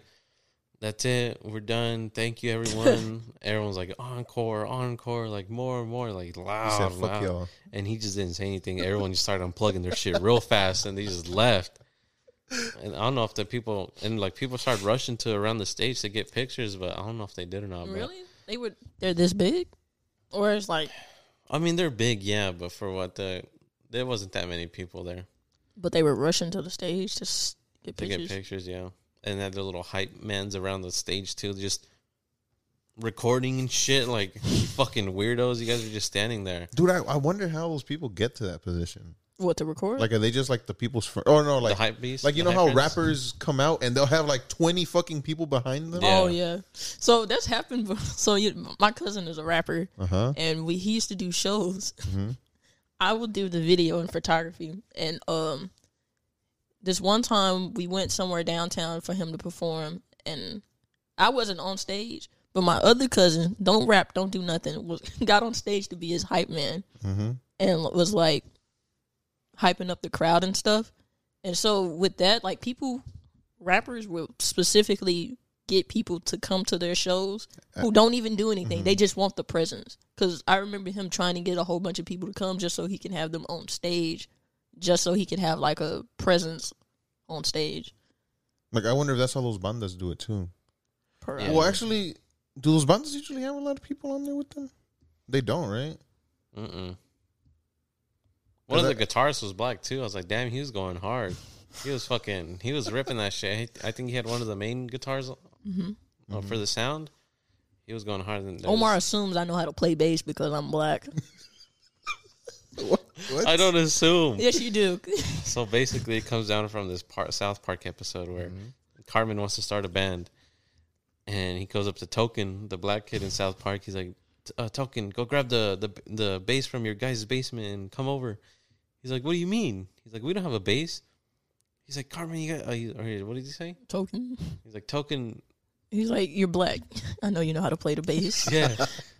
Speaker 2: that's it. We're done. Thank you, everyone. Everyone's like encore, encore, like more and more, like loud,
Speaker 1: He said, "Fuck
Speaker 2: loud.
Speaker 1: y'all."
Speaker 2: And he just didn't say anything. Everyone just started unplugging their shit real fast, and they just left. And I don't know if the people and like people started rushing to around the stage to get pictures, but I don't know if they did or not. but-
Speaker 3: Really? They were they're this big, or it's like,
Speaker 2: I mean, they're big, yeah, but for what the there wasn't that many people there
Speaker 3: but they were rushing to the stage to s- get
Speaker 2: to
Speaker 3: pictures.
Speaker 2: get pictures, yeah. And they had their little hype mans around the stage too, just recording and shit. Like you fucking weirdos, you guys are just standing there.
Speaker 1: dude. I, I wonder how those people get to that position.
Speaker 3: What to record?
Speaker 1: Like, are they just like the people's? Fr- oh no, like
Speaker 2: the hype beast,
Speaker 1: like you
Speaker 2: the
Speaker 1: know how
Speaker 2: hype prince.
Speaker 1: rappers come out and they'll have like twenty fucking people behind them.
Speaker 2: Yeah.
Speaker 3: Oh yeah. So that's happened. bef- So you, my cousin is a rapper,
Speaker 1: Uh huh.
Speaker 3: and we he used to do shows. I would do the video and photography, and um, this one time we went somewhere downtown for him to perform, and I wasn't on stage, but my other cousin, don't rap, don't do nothing, was got on stage to be his hype man,
Speaker 1: Mhm.
Speaker 3: and was like hyping up the crowd and stuff. And so with that, like people, rappers will specifically get people to come to their shows who don't even do anything. They just want the presence. Because I remember him trying to get a whole bunch of people to come just so he can have them on stage, just so he could have like a presence on stage.
Speaker 1: Like, I wonder if that's how those bandas do it too.
Speaker 3: Per
Speaker 2: Yeah.
Speaker 1: Well, actually, do those bandas usually have a lot of people on there with them? They don't, right?
Speaker 2: Mm-mm. One of
Speaker 1: Is
Speaker 2: the guitarists was black too. I was like, damn, he was going hard. He was fucking, he was ripping that shit. I think he had one of the main guitars uh, for the sound. He was going harder than there
Speaker 3: Omar
Speaker 2: was-
Speaker 3: assumes I know how to play bass because I'm black.
Speaker 1: What? what?
Speaker 2: I don't assume.
Speaker 3: yes, you do.
Speaker 2: So basically, it comes down from this part, South Park episode where Carmen wants to start a band, and he goes up to Token, the black kid in South Park. He's like, "T- uh, "Token, go grab the the the bass from your guy's basement and come over." He's like, "What do you mean?" He's like, "We don't have a bass." He's like, "Carmen, you got?" Uh, you- or what did he say?
Speaker 3: Token.
Speaker 2: He's like, "Token,
Speaker 3: He's like, you're black. I know you know how to play the bass.
Speaker 2: yeah."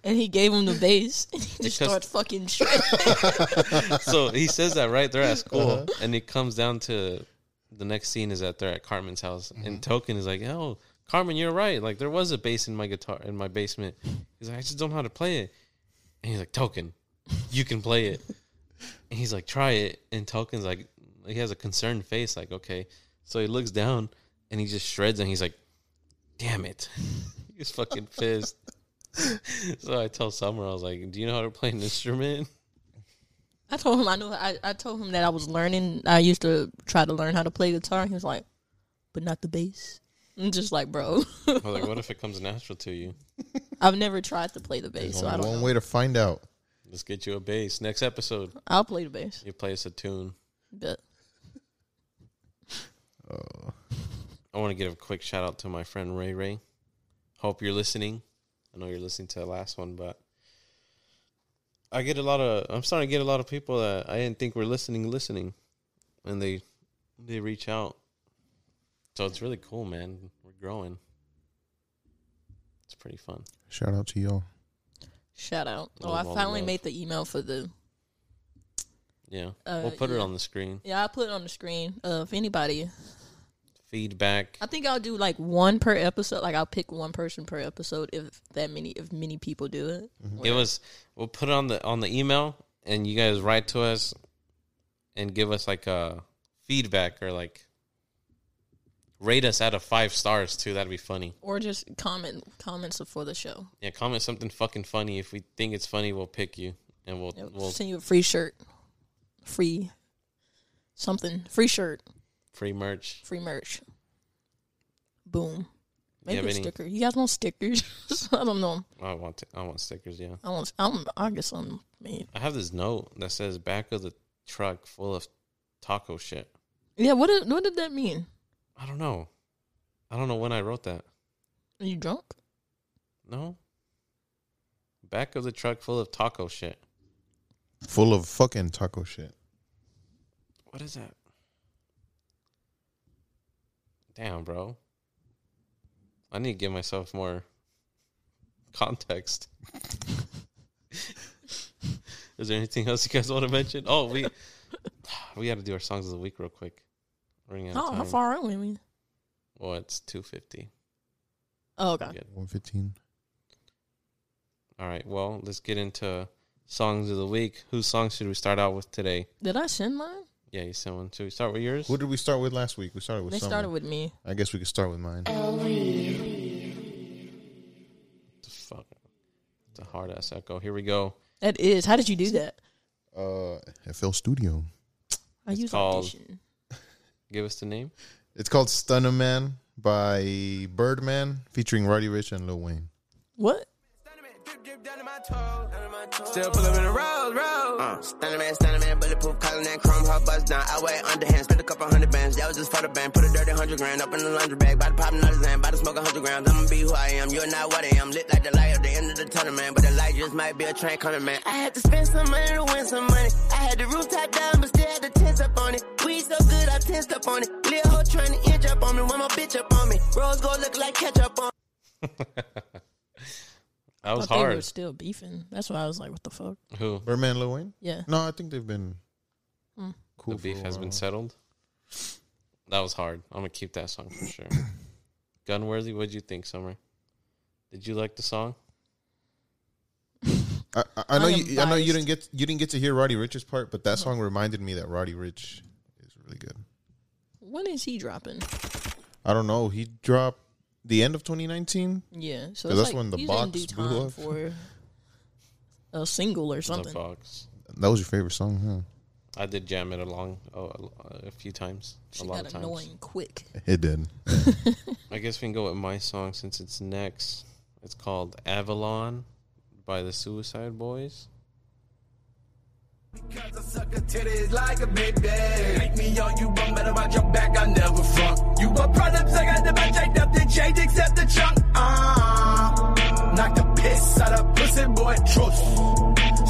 Speaker 3: And he gave him the bass. And he just
Speaker 2: Because-
Speaker 3: started fucking shredding.
Speaker 2: so he says that right there at school, and it comes down to the next scene is that they're at Carmen's house, and Token is like, "Oh, Carmen, you're right. Like there was a bass in my guitar in my basement. He's like, I just don't know how to play it." And he's like, "Token, you can play it." and he's like, "Try it." And Token's like, he has a concerned face, like, "Okay." So he looks down and he just shreds, and he's like, "Damn it!" he's fucking pissed. so I tell Summer, I was like, "Do you know how to play an instrument?"
Speaker 3: I told him I knew. I, I told him that I was learning. I used to try to learn how to play guitar. He was like, but not the bass. I'm just like, bro,
Speaker 2: I was like, what if it comes natural to you?
Speaker 3: I've never tried to play the bass,
Speaker 1: There's
Speaker 3: so I
Speaker 1: only
Speaker 3: don't
Speaker 1: one
Speaker 3: know.
Speaker 1: way to find out.
Speaker 2: Let's get you a bass. Next episode,
Speaker 3: I'll play the bass,
Speaker 2: you play us a tune.
Speaker 3: but
Speaker 1: Uh,
Speaker 2: I want to give a quick shout out to my friend Ray Ray. Hope you're listening. I know you're listening to the last one, but I get a lot of. I'm starting to get a lot of people that I didn't think were listening, listening, and they they reach out. So it's really cool, man. We're growing. It's pretty fun.
Speaker 1: Shout out to y'all.
Speaker 3: shout out. Oh,
Speaker 2: Love
Speaker 3: I
Speaker 2: all the
Speaker 3: finally
Speaker 2: love.
Speaker 3: made the email for the.
Speaker 2: Yeah,
Speaker 3: Uh,
Speaker 2: we'll put it
Speaker 3: yeah.
Speaker 2: on the screen.
Speaker 3: Yeah, I put it on the screen. Uh, if anybody,
Speaker 2: Feedback.
Speaker 3: I think I'll do like one per episode. Like I'll pick one person per episode if that many, if many people do it.
Speaker 2: Give us. We'll put it on the on the email, and you guys write to us, and give us like a feedback or like rate us out of five stars too. That'd be funny.
Speaker 3: Or just comment comments for the show.
Speaker 2: Yeah, comment something fucking funny. If we think it's funny, we'll pick you, and we'll
Speaker 3: They'll
Speaker 2: we'll
Speaker 3: send you a free shirt, free something, free shirt.
Speaker 2: free merch.
Speaker 3: free merch. Boom. Make
Speaker 2: have
Speaker 3: a
Speaker 2: any-
Speaker 3: sticker. You guys want stickers? I don't know.
Speaker 2: I want t- I want stickers. Yeah,
Speaker 3: I want. I'm. I guess I'm. Man.
Speaker 2: I have this note that says back of the truck full of taco shit.
Speaker 3: Yeah. What did What did that mean?
Speaker 2: I don't know. I don't know when I wrote that.
Speaker 3: Are you drunk?
Speaker 2: No. Back of the truck full of taco shit.
Speaker 1: Full of fucking taco shit.
Speaker 2: What is that? Damn, bro. I need to give myself more context. is there anything else you guys want to mention? Oh, we we got to do our songs of the week real quick. Running out of
Speaker 3: Oh,
Speaker 2: time.
Speaker 3: how far are we? We-
Speaker 2: Well, it's two fifty.
Speaker 3: Oh, okay.
Speaker 2: Yeah.
Speaker 1: One fifteen.
Speaker 2: All right. Well, let's get into songs of the week. Whose songs should we start out with today?
Speaker 3: Did I send mine?
Speaker 2: Yeah, you said one. Should we start with yours?
Speaker 1: Who did we start with last week? We started with.
Speaker 3: They
Speaker 1: someone.
Speaker 3: started with me.
Speaker 1: I guess we could start with mine.
Speaker 2: the fuck? It's a hard ass echo. Here we go.
Speaker 3: That is. How did you do that?
Speaker 1: Uh, FL Studio.
Speaker 3: I use
Speaker 2: called-
Speaker 3: audition.
Speaker 2: Give us the name.
Speaker 1: It's called Stunner Man by Birdman, featuring Roddy Rich and Lil Wayne.
Speaker 3: What?
Speaker 5: Still pull up in the road, road. Uh, stunning man, stunning man, bulletproof, calling that chrome, hot bust down. I weigh underhand, spent a couple hundred bands. That was just for the band. Put a dirty hundred grand up in the laundry bag. By the pop another Zan, by the smoke a hundred grams. I'ma be who I am, you're not what I am. Lit like the light at the end of the tunnel, man. But the light just might be a train coming, man. I had to spend some money to win some money. I had the rooftop down, but still had the tents up on it. Weed so good, I tensed up on it. Lil' hoe trying to inch up on me, one more bitch up on me. Rose gold look like ketchup on
Speaker 2: That was
Speaker 3: Thought They were
Speaker 2: hard.
Speaker 3: still beefing. That's why I was like, what the fuck?
Speaker 2: Who?
Speaker 1: Birdman, Lil Wayne.
Speaker 3: Yeah.
Speaker 1: No, I think they've been
Speaker 3: Mm.
Speaker 1: cool.
Speaker 2: the beef
Speaker 1: for a
Speaker 2: has been
Speaker 1: while.
Speaker 2: settled. That was hard. I'm gonna keep that song for sure. Gunworthy, what'd you think, Summer? Did you like the song?
Speaker 1: I, I, I know
Speaker 3: I am
Speaker 1: you. I know you
Speaker 3: biased.
Speaker 1: didn't get you didn't get to hear Roddy Rich's part, but that song reminded me that Roddy Rich is really good.
Speaker 3: When is he dropping?
Speaker 1: I don't know. He dropped the end of 2019.
Speaker 3: Yeah. So
Speaker 1: Yeah,
Speaker 3: it's
Speaker 1: that's
Speaker 3: like
Speaker 1: when the
Speaker 3: he's
Speaker 1: box
Speaker 3: in due
Speaker 1: blew
Speaker 3: time
Speaker 1: up.
Speaker 3: for a single or
Speaker 2: The
Speaker 3: something.
Speaker 2: box.
Speaker 1: That was your favorite song, huh?
Speaker 2: I did jam it along oh, a, a few times,
Speaker 3: She
Speaker 2: a lot
Speaker 3: got
Speaker 2: of times.
Speaker 3: annoying quick.
Speaker 1: It did.
Speaker 2: I guess we can go with my song since it's next. It's called Avalon by the Suicide Boys.
Speaker 5: Cause a sucker titties like a big dick. Make me on you, bum, better watch your back, I never fuck. You a product, I got the back, checked up, then changed, except the chunk. Ah, knock the piss out of pussy, boy, trust.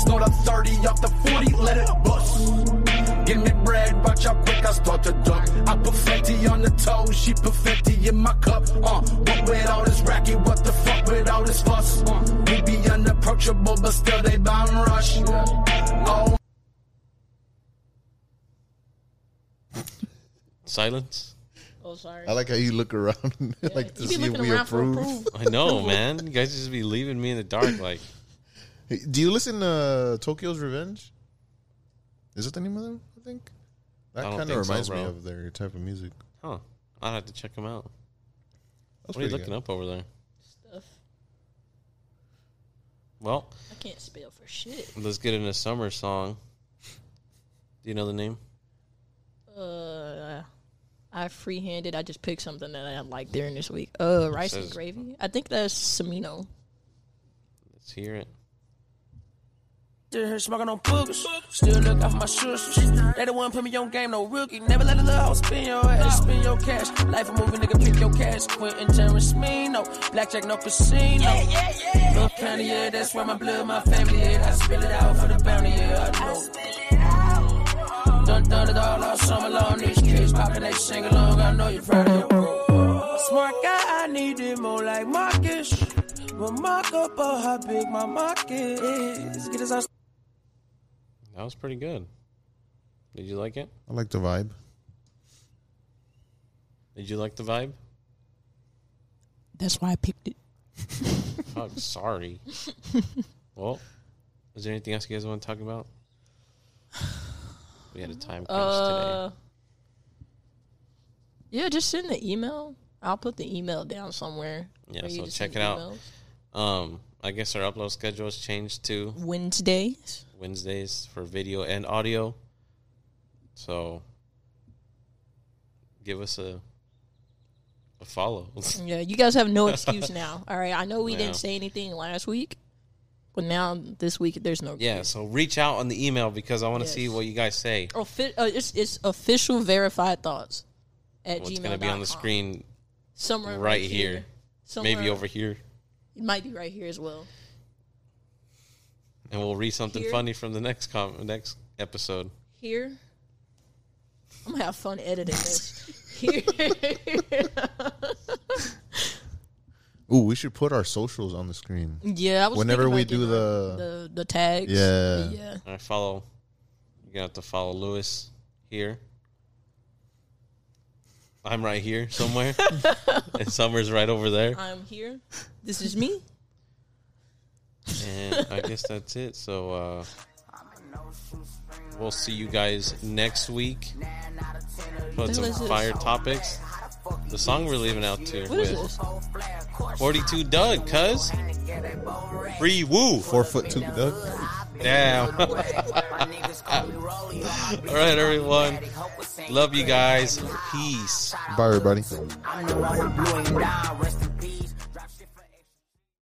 Speaker 5: Snort up 30 off the 40, let it bust. Give me bread, watch how quick I start to duck. I put Fenty on the toe, she put Fenty in my cup. Uh, what with all this racket, what the fuck with all this fuss? Uh, we be unapproachable, but still they bound rush. Oh,
Speaker 2: Silence.
Speaker 3: Oh, sorry.
Speaker 1: I like how you look around, like to
Speaker 3: you be
Speaker 1: see if
Speaker 3: looking
Speaker 1: we
Speaker 3: around for
Speaker 1: approve.
Speaker 3: approval.
Speaker 2: I know, man. You guys just be leaving me in the dark. Like,
Speaker 1: Hey, do you listen to Tokyo's Revenge? Is that the name of them? I think that
Speaker 2: I don't
Speaker 1: kind of
Speaker 2: think so,
Speaker 1: reminds me
Speaker 2: bro.
Speaker 1: of their type of music.
Speaker 2: huh? I'd have to check them out.
Speaker 1: That's
Speaker 2: what are you
Speaker 1: pretty
Speaker 2: looking
Speaker 1: good.
Speaker 2: up over there?
Speaker 3: Stuff.
Speaker 2: Well,
Speaker 3: I can't spell for shit.
Speaker 2: let's get into summer song. Do you know the name?
Speaker 3: Uh, I freehanded. I just picked something that I liked during this week. Uh, rice and
Speaker 2: Says-
Speaker 3: gravy. I think that's Semino.
Speaker 2: Let's hear it.
Speaker 6: Still here smoking on boogers. Still look off my shoes. They the one put me on game, no rookie. Never let a little hoe spin your ass, spin your cash. Life a movie, nigga, pick your cash. Quentin Tarantino, blackjack, no casino. Yeah, yeah, yeah. Look, county, yeah, that's where my blood, my family, yeah. I spill it out for the bounty, yeah. I know. Done done it all all summer long. These kids poppin', they sing along. I know you're proud of your bro. Smart guy, I need it more like Marcus. But mark up on how big my market is. Get us out.
Speaker 2: That was pretty good. Did you like it?
Speaker 1: I like the vibe.
Speaker 2: Did you like the vibe?
Speaker 3: That's why I picked it.
Speaker 2: Oh, sorry. well, is there anything else you guys want to talk about? We had a time crunch
Speaker 3: Uh,
Speaker 2: today.
Speaker 3: yeah, just send the email. I'll put the email down somewhere.
Speaker 2: Yeah,
Speaker 3: where you
Speaker 2: so
Speaker 3: just
Speaker 2: check
Speaker 3: send
Speaker 2: it out.
Speaker 3: emails.
Speaker 2: Um, I guess our upload schedule has changed to
Speaker 3: Wednesdays.
Speaker 2: Wednesdays for video and audio. So give us a a follow.
Speaker 3: Yeah, you guys have no excuse now. All right, I know we
Speaker 2: Yeah.
Speaker 3: didn't say anything last week, but now this week there's no.
Speaker 2: yeah,
Speaker 3: excuse.
Speaker 2: so reach out on the email because I want to see
Speaker 3: Yes.
Speaker 2: what you guys say.
Speaker 3: Offi- uh, it's, it's official verified thoughts at
Speaker 2: What's
Speaker 3: gmail.
Speaker 2: going to be on the screen
Speaker 3: somewhere
Speaker 2: right, here. Maybe over here.
Speaker 3: It might be right here as well.
Speaker 2: And we'll read something
Speaker 3: Here.
Speaker 2: funny from the next com- next episode.
Speaker 3: Here, I'm gonna have fun editing this. Here,
Speaker 1: Ooh, we should put our socials on the screen.
Speaker 3: yeah. I was
Speaker 1: Whenever
Speaker 3: thinking
Speaker 1: we
Speaker 3: about
Speaker 1: do
Speaker 3: getting
Speaker 1: the-
Speaker 3: the the tags,
Speaker 1: Yeah.
Speaker 3: yeah.
Speaker 2: I follow. You're gonna have to follow Lewis here. I'm right here somewhere, and Summer's right over there.
Speaker 3: I'm here. This is me.
Speaker 2: And I guess that's it. So uh, we'll see you guys next week. Put some
Speaker 3: is this?
Speaker 2: fire topics. The song we're leaving out to
Speaker 3: What is
Speaker 2: with
Speaker 3: this?
Speaker 2: 42 Doug, cuz free woo.
Speaker 1: Four foot two duck.
Speaker 2: Damn. All
Speaker 5: Uh.
Speaker 2: right, everyone. Love you guys. Peace.
Speaker 1: Bye, everybody.
Speaker 5: I'm the one who blew him down. Rest in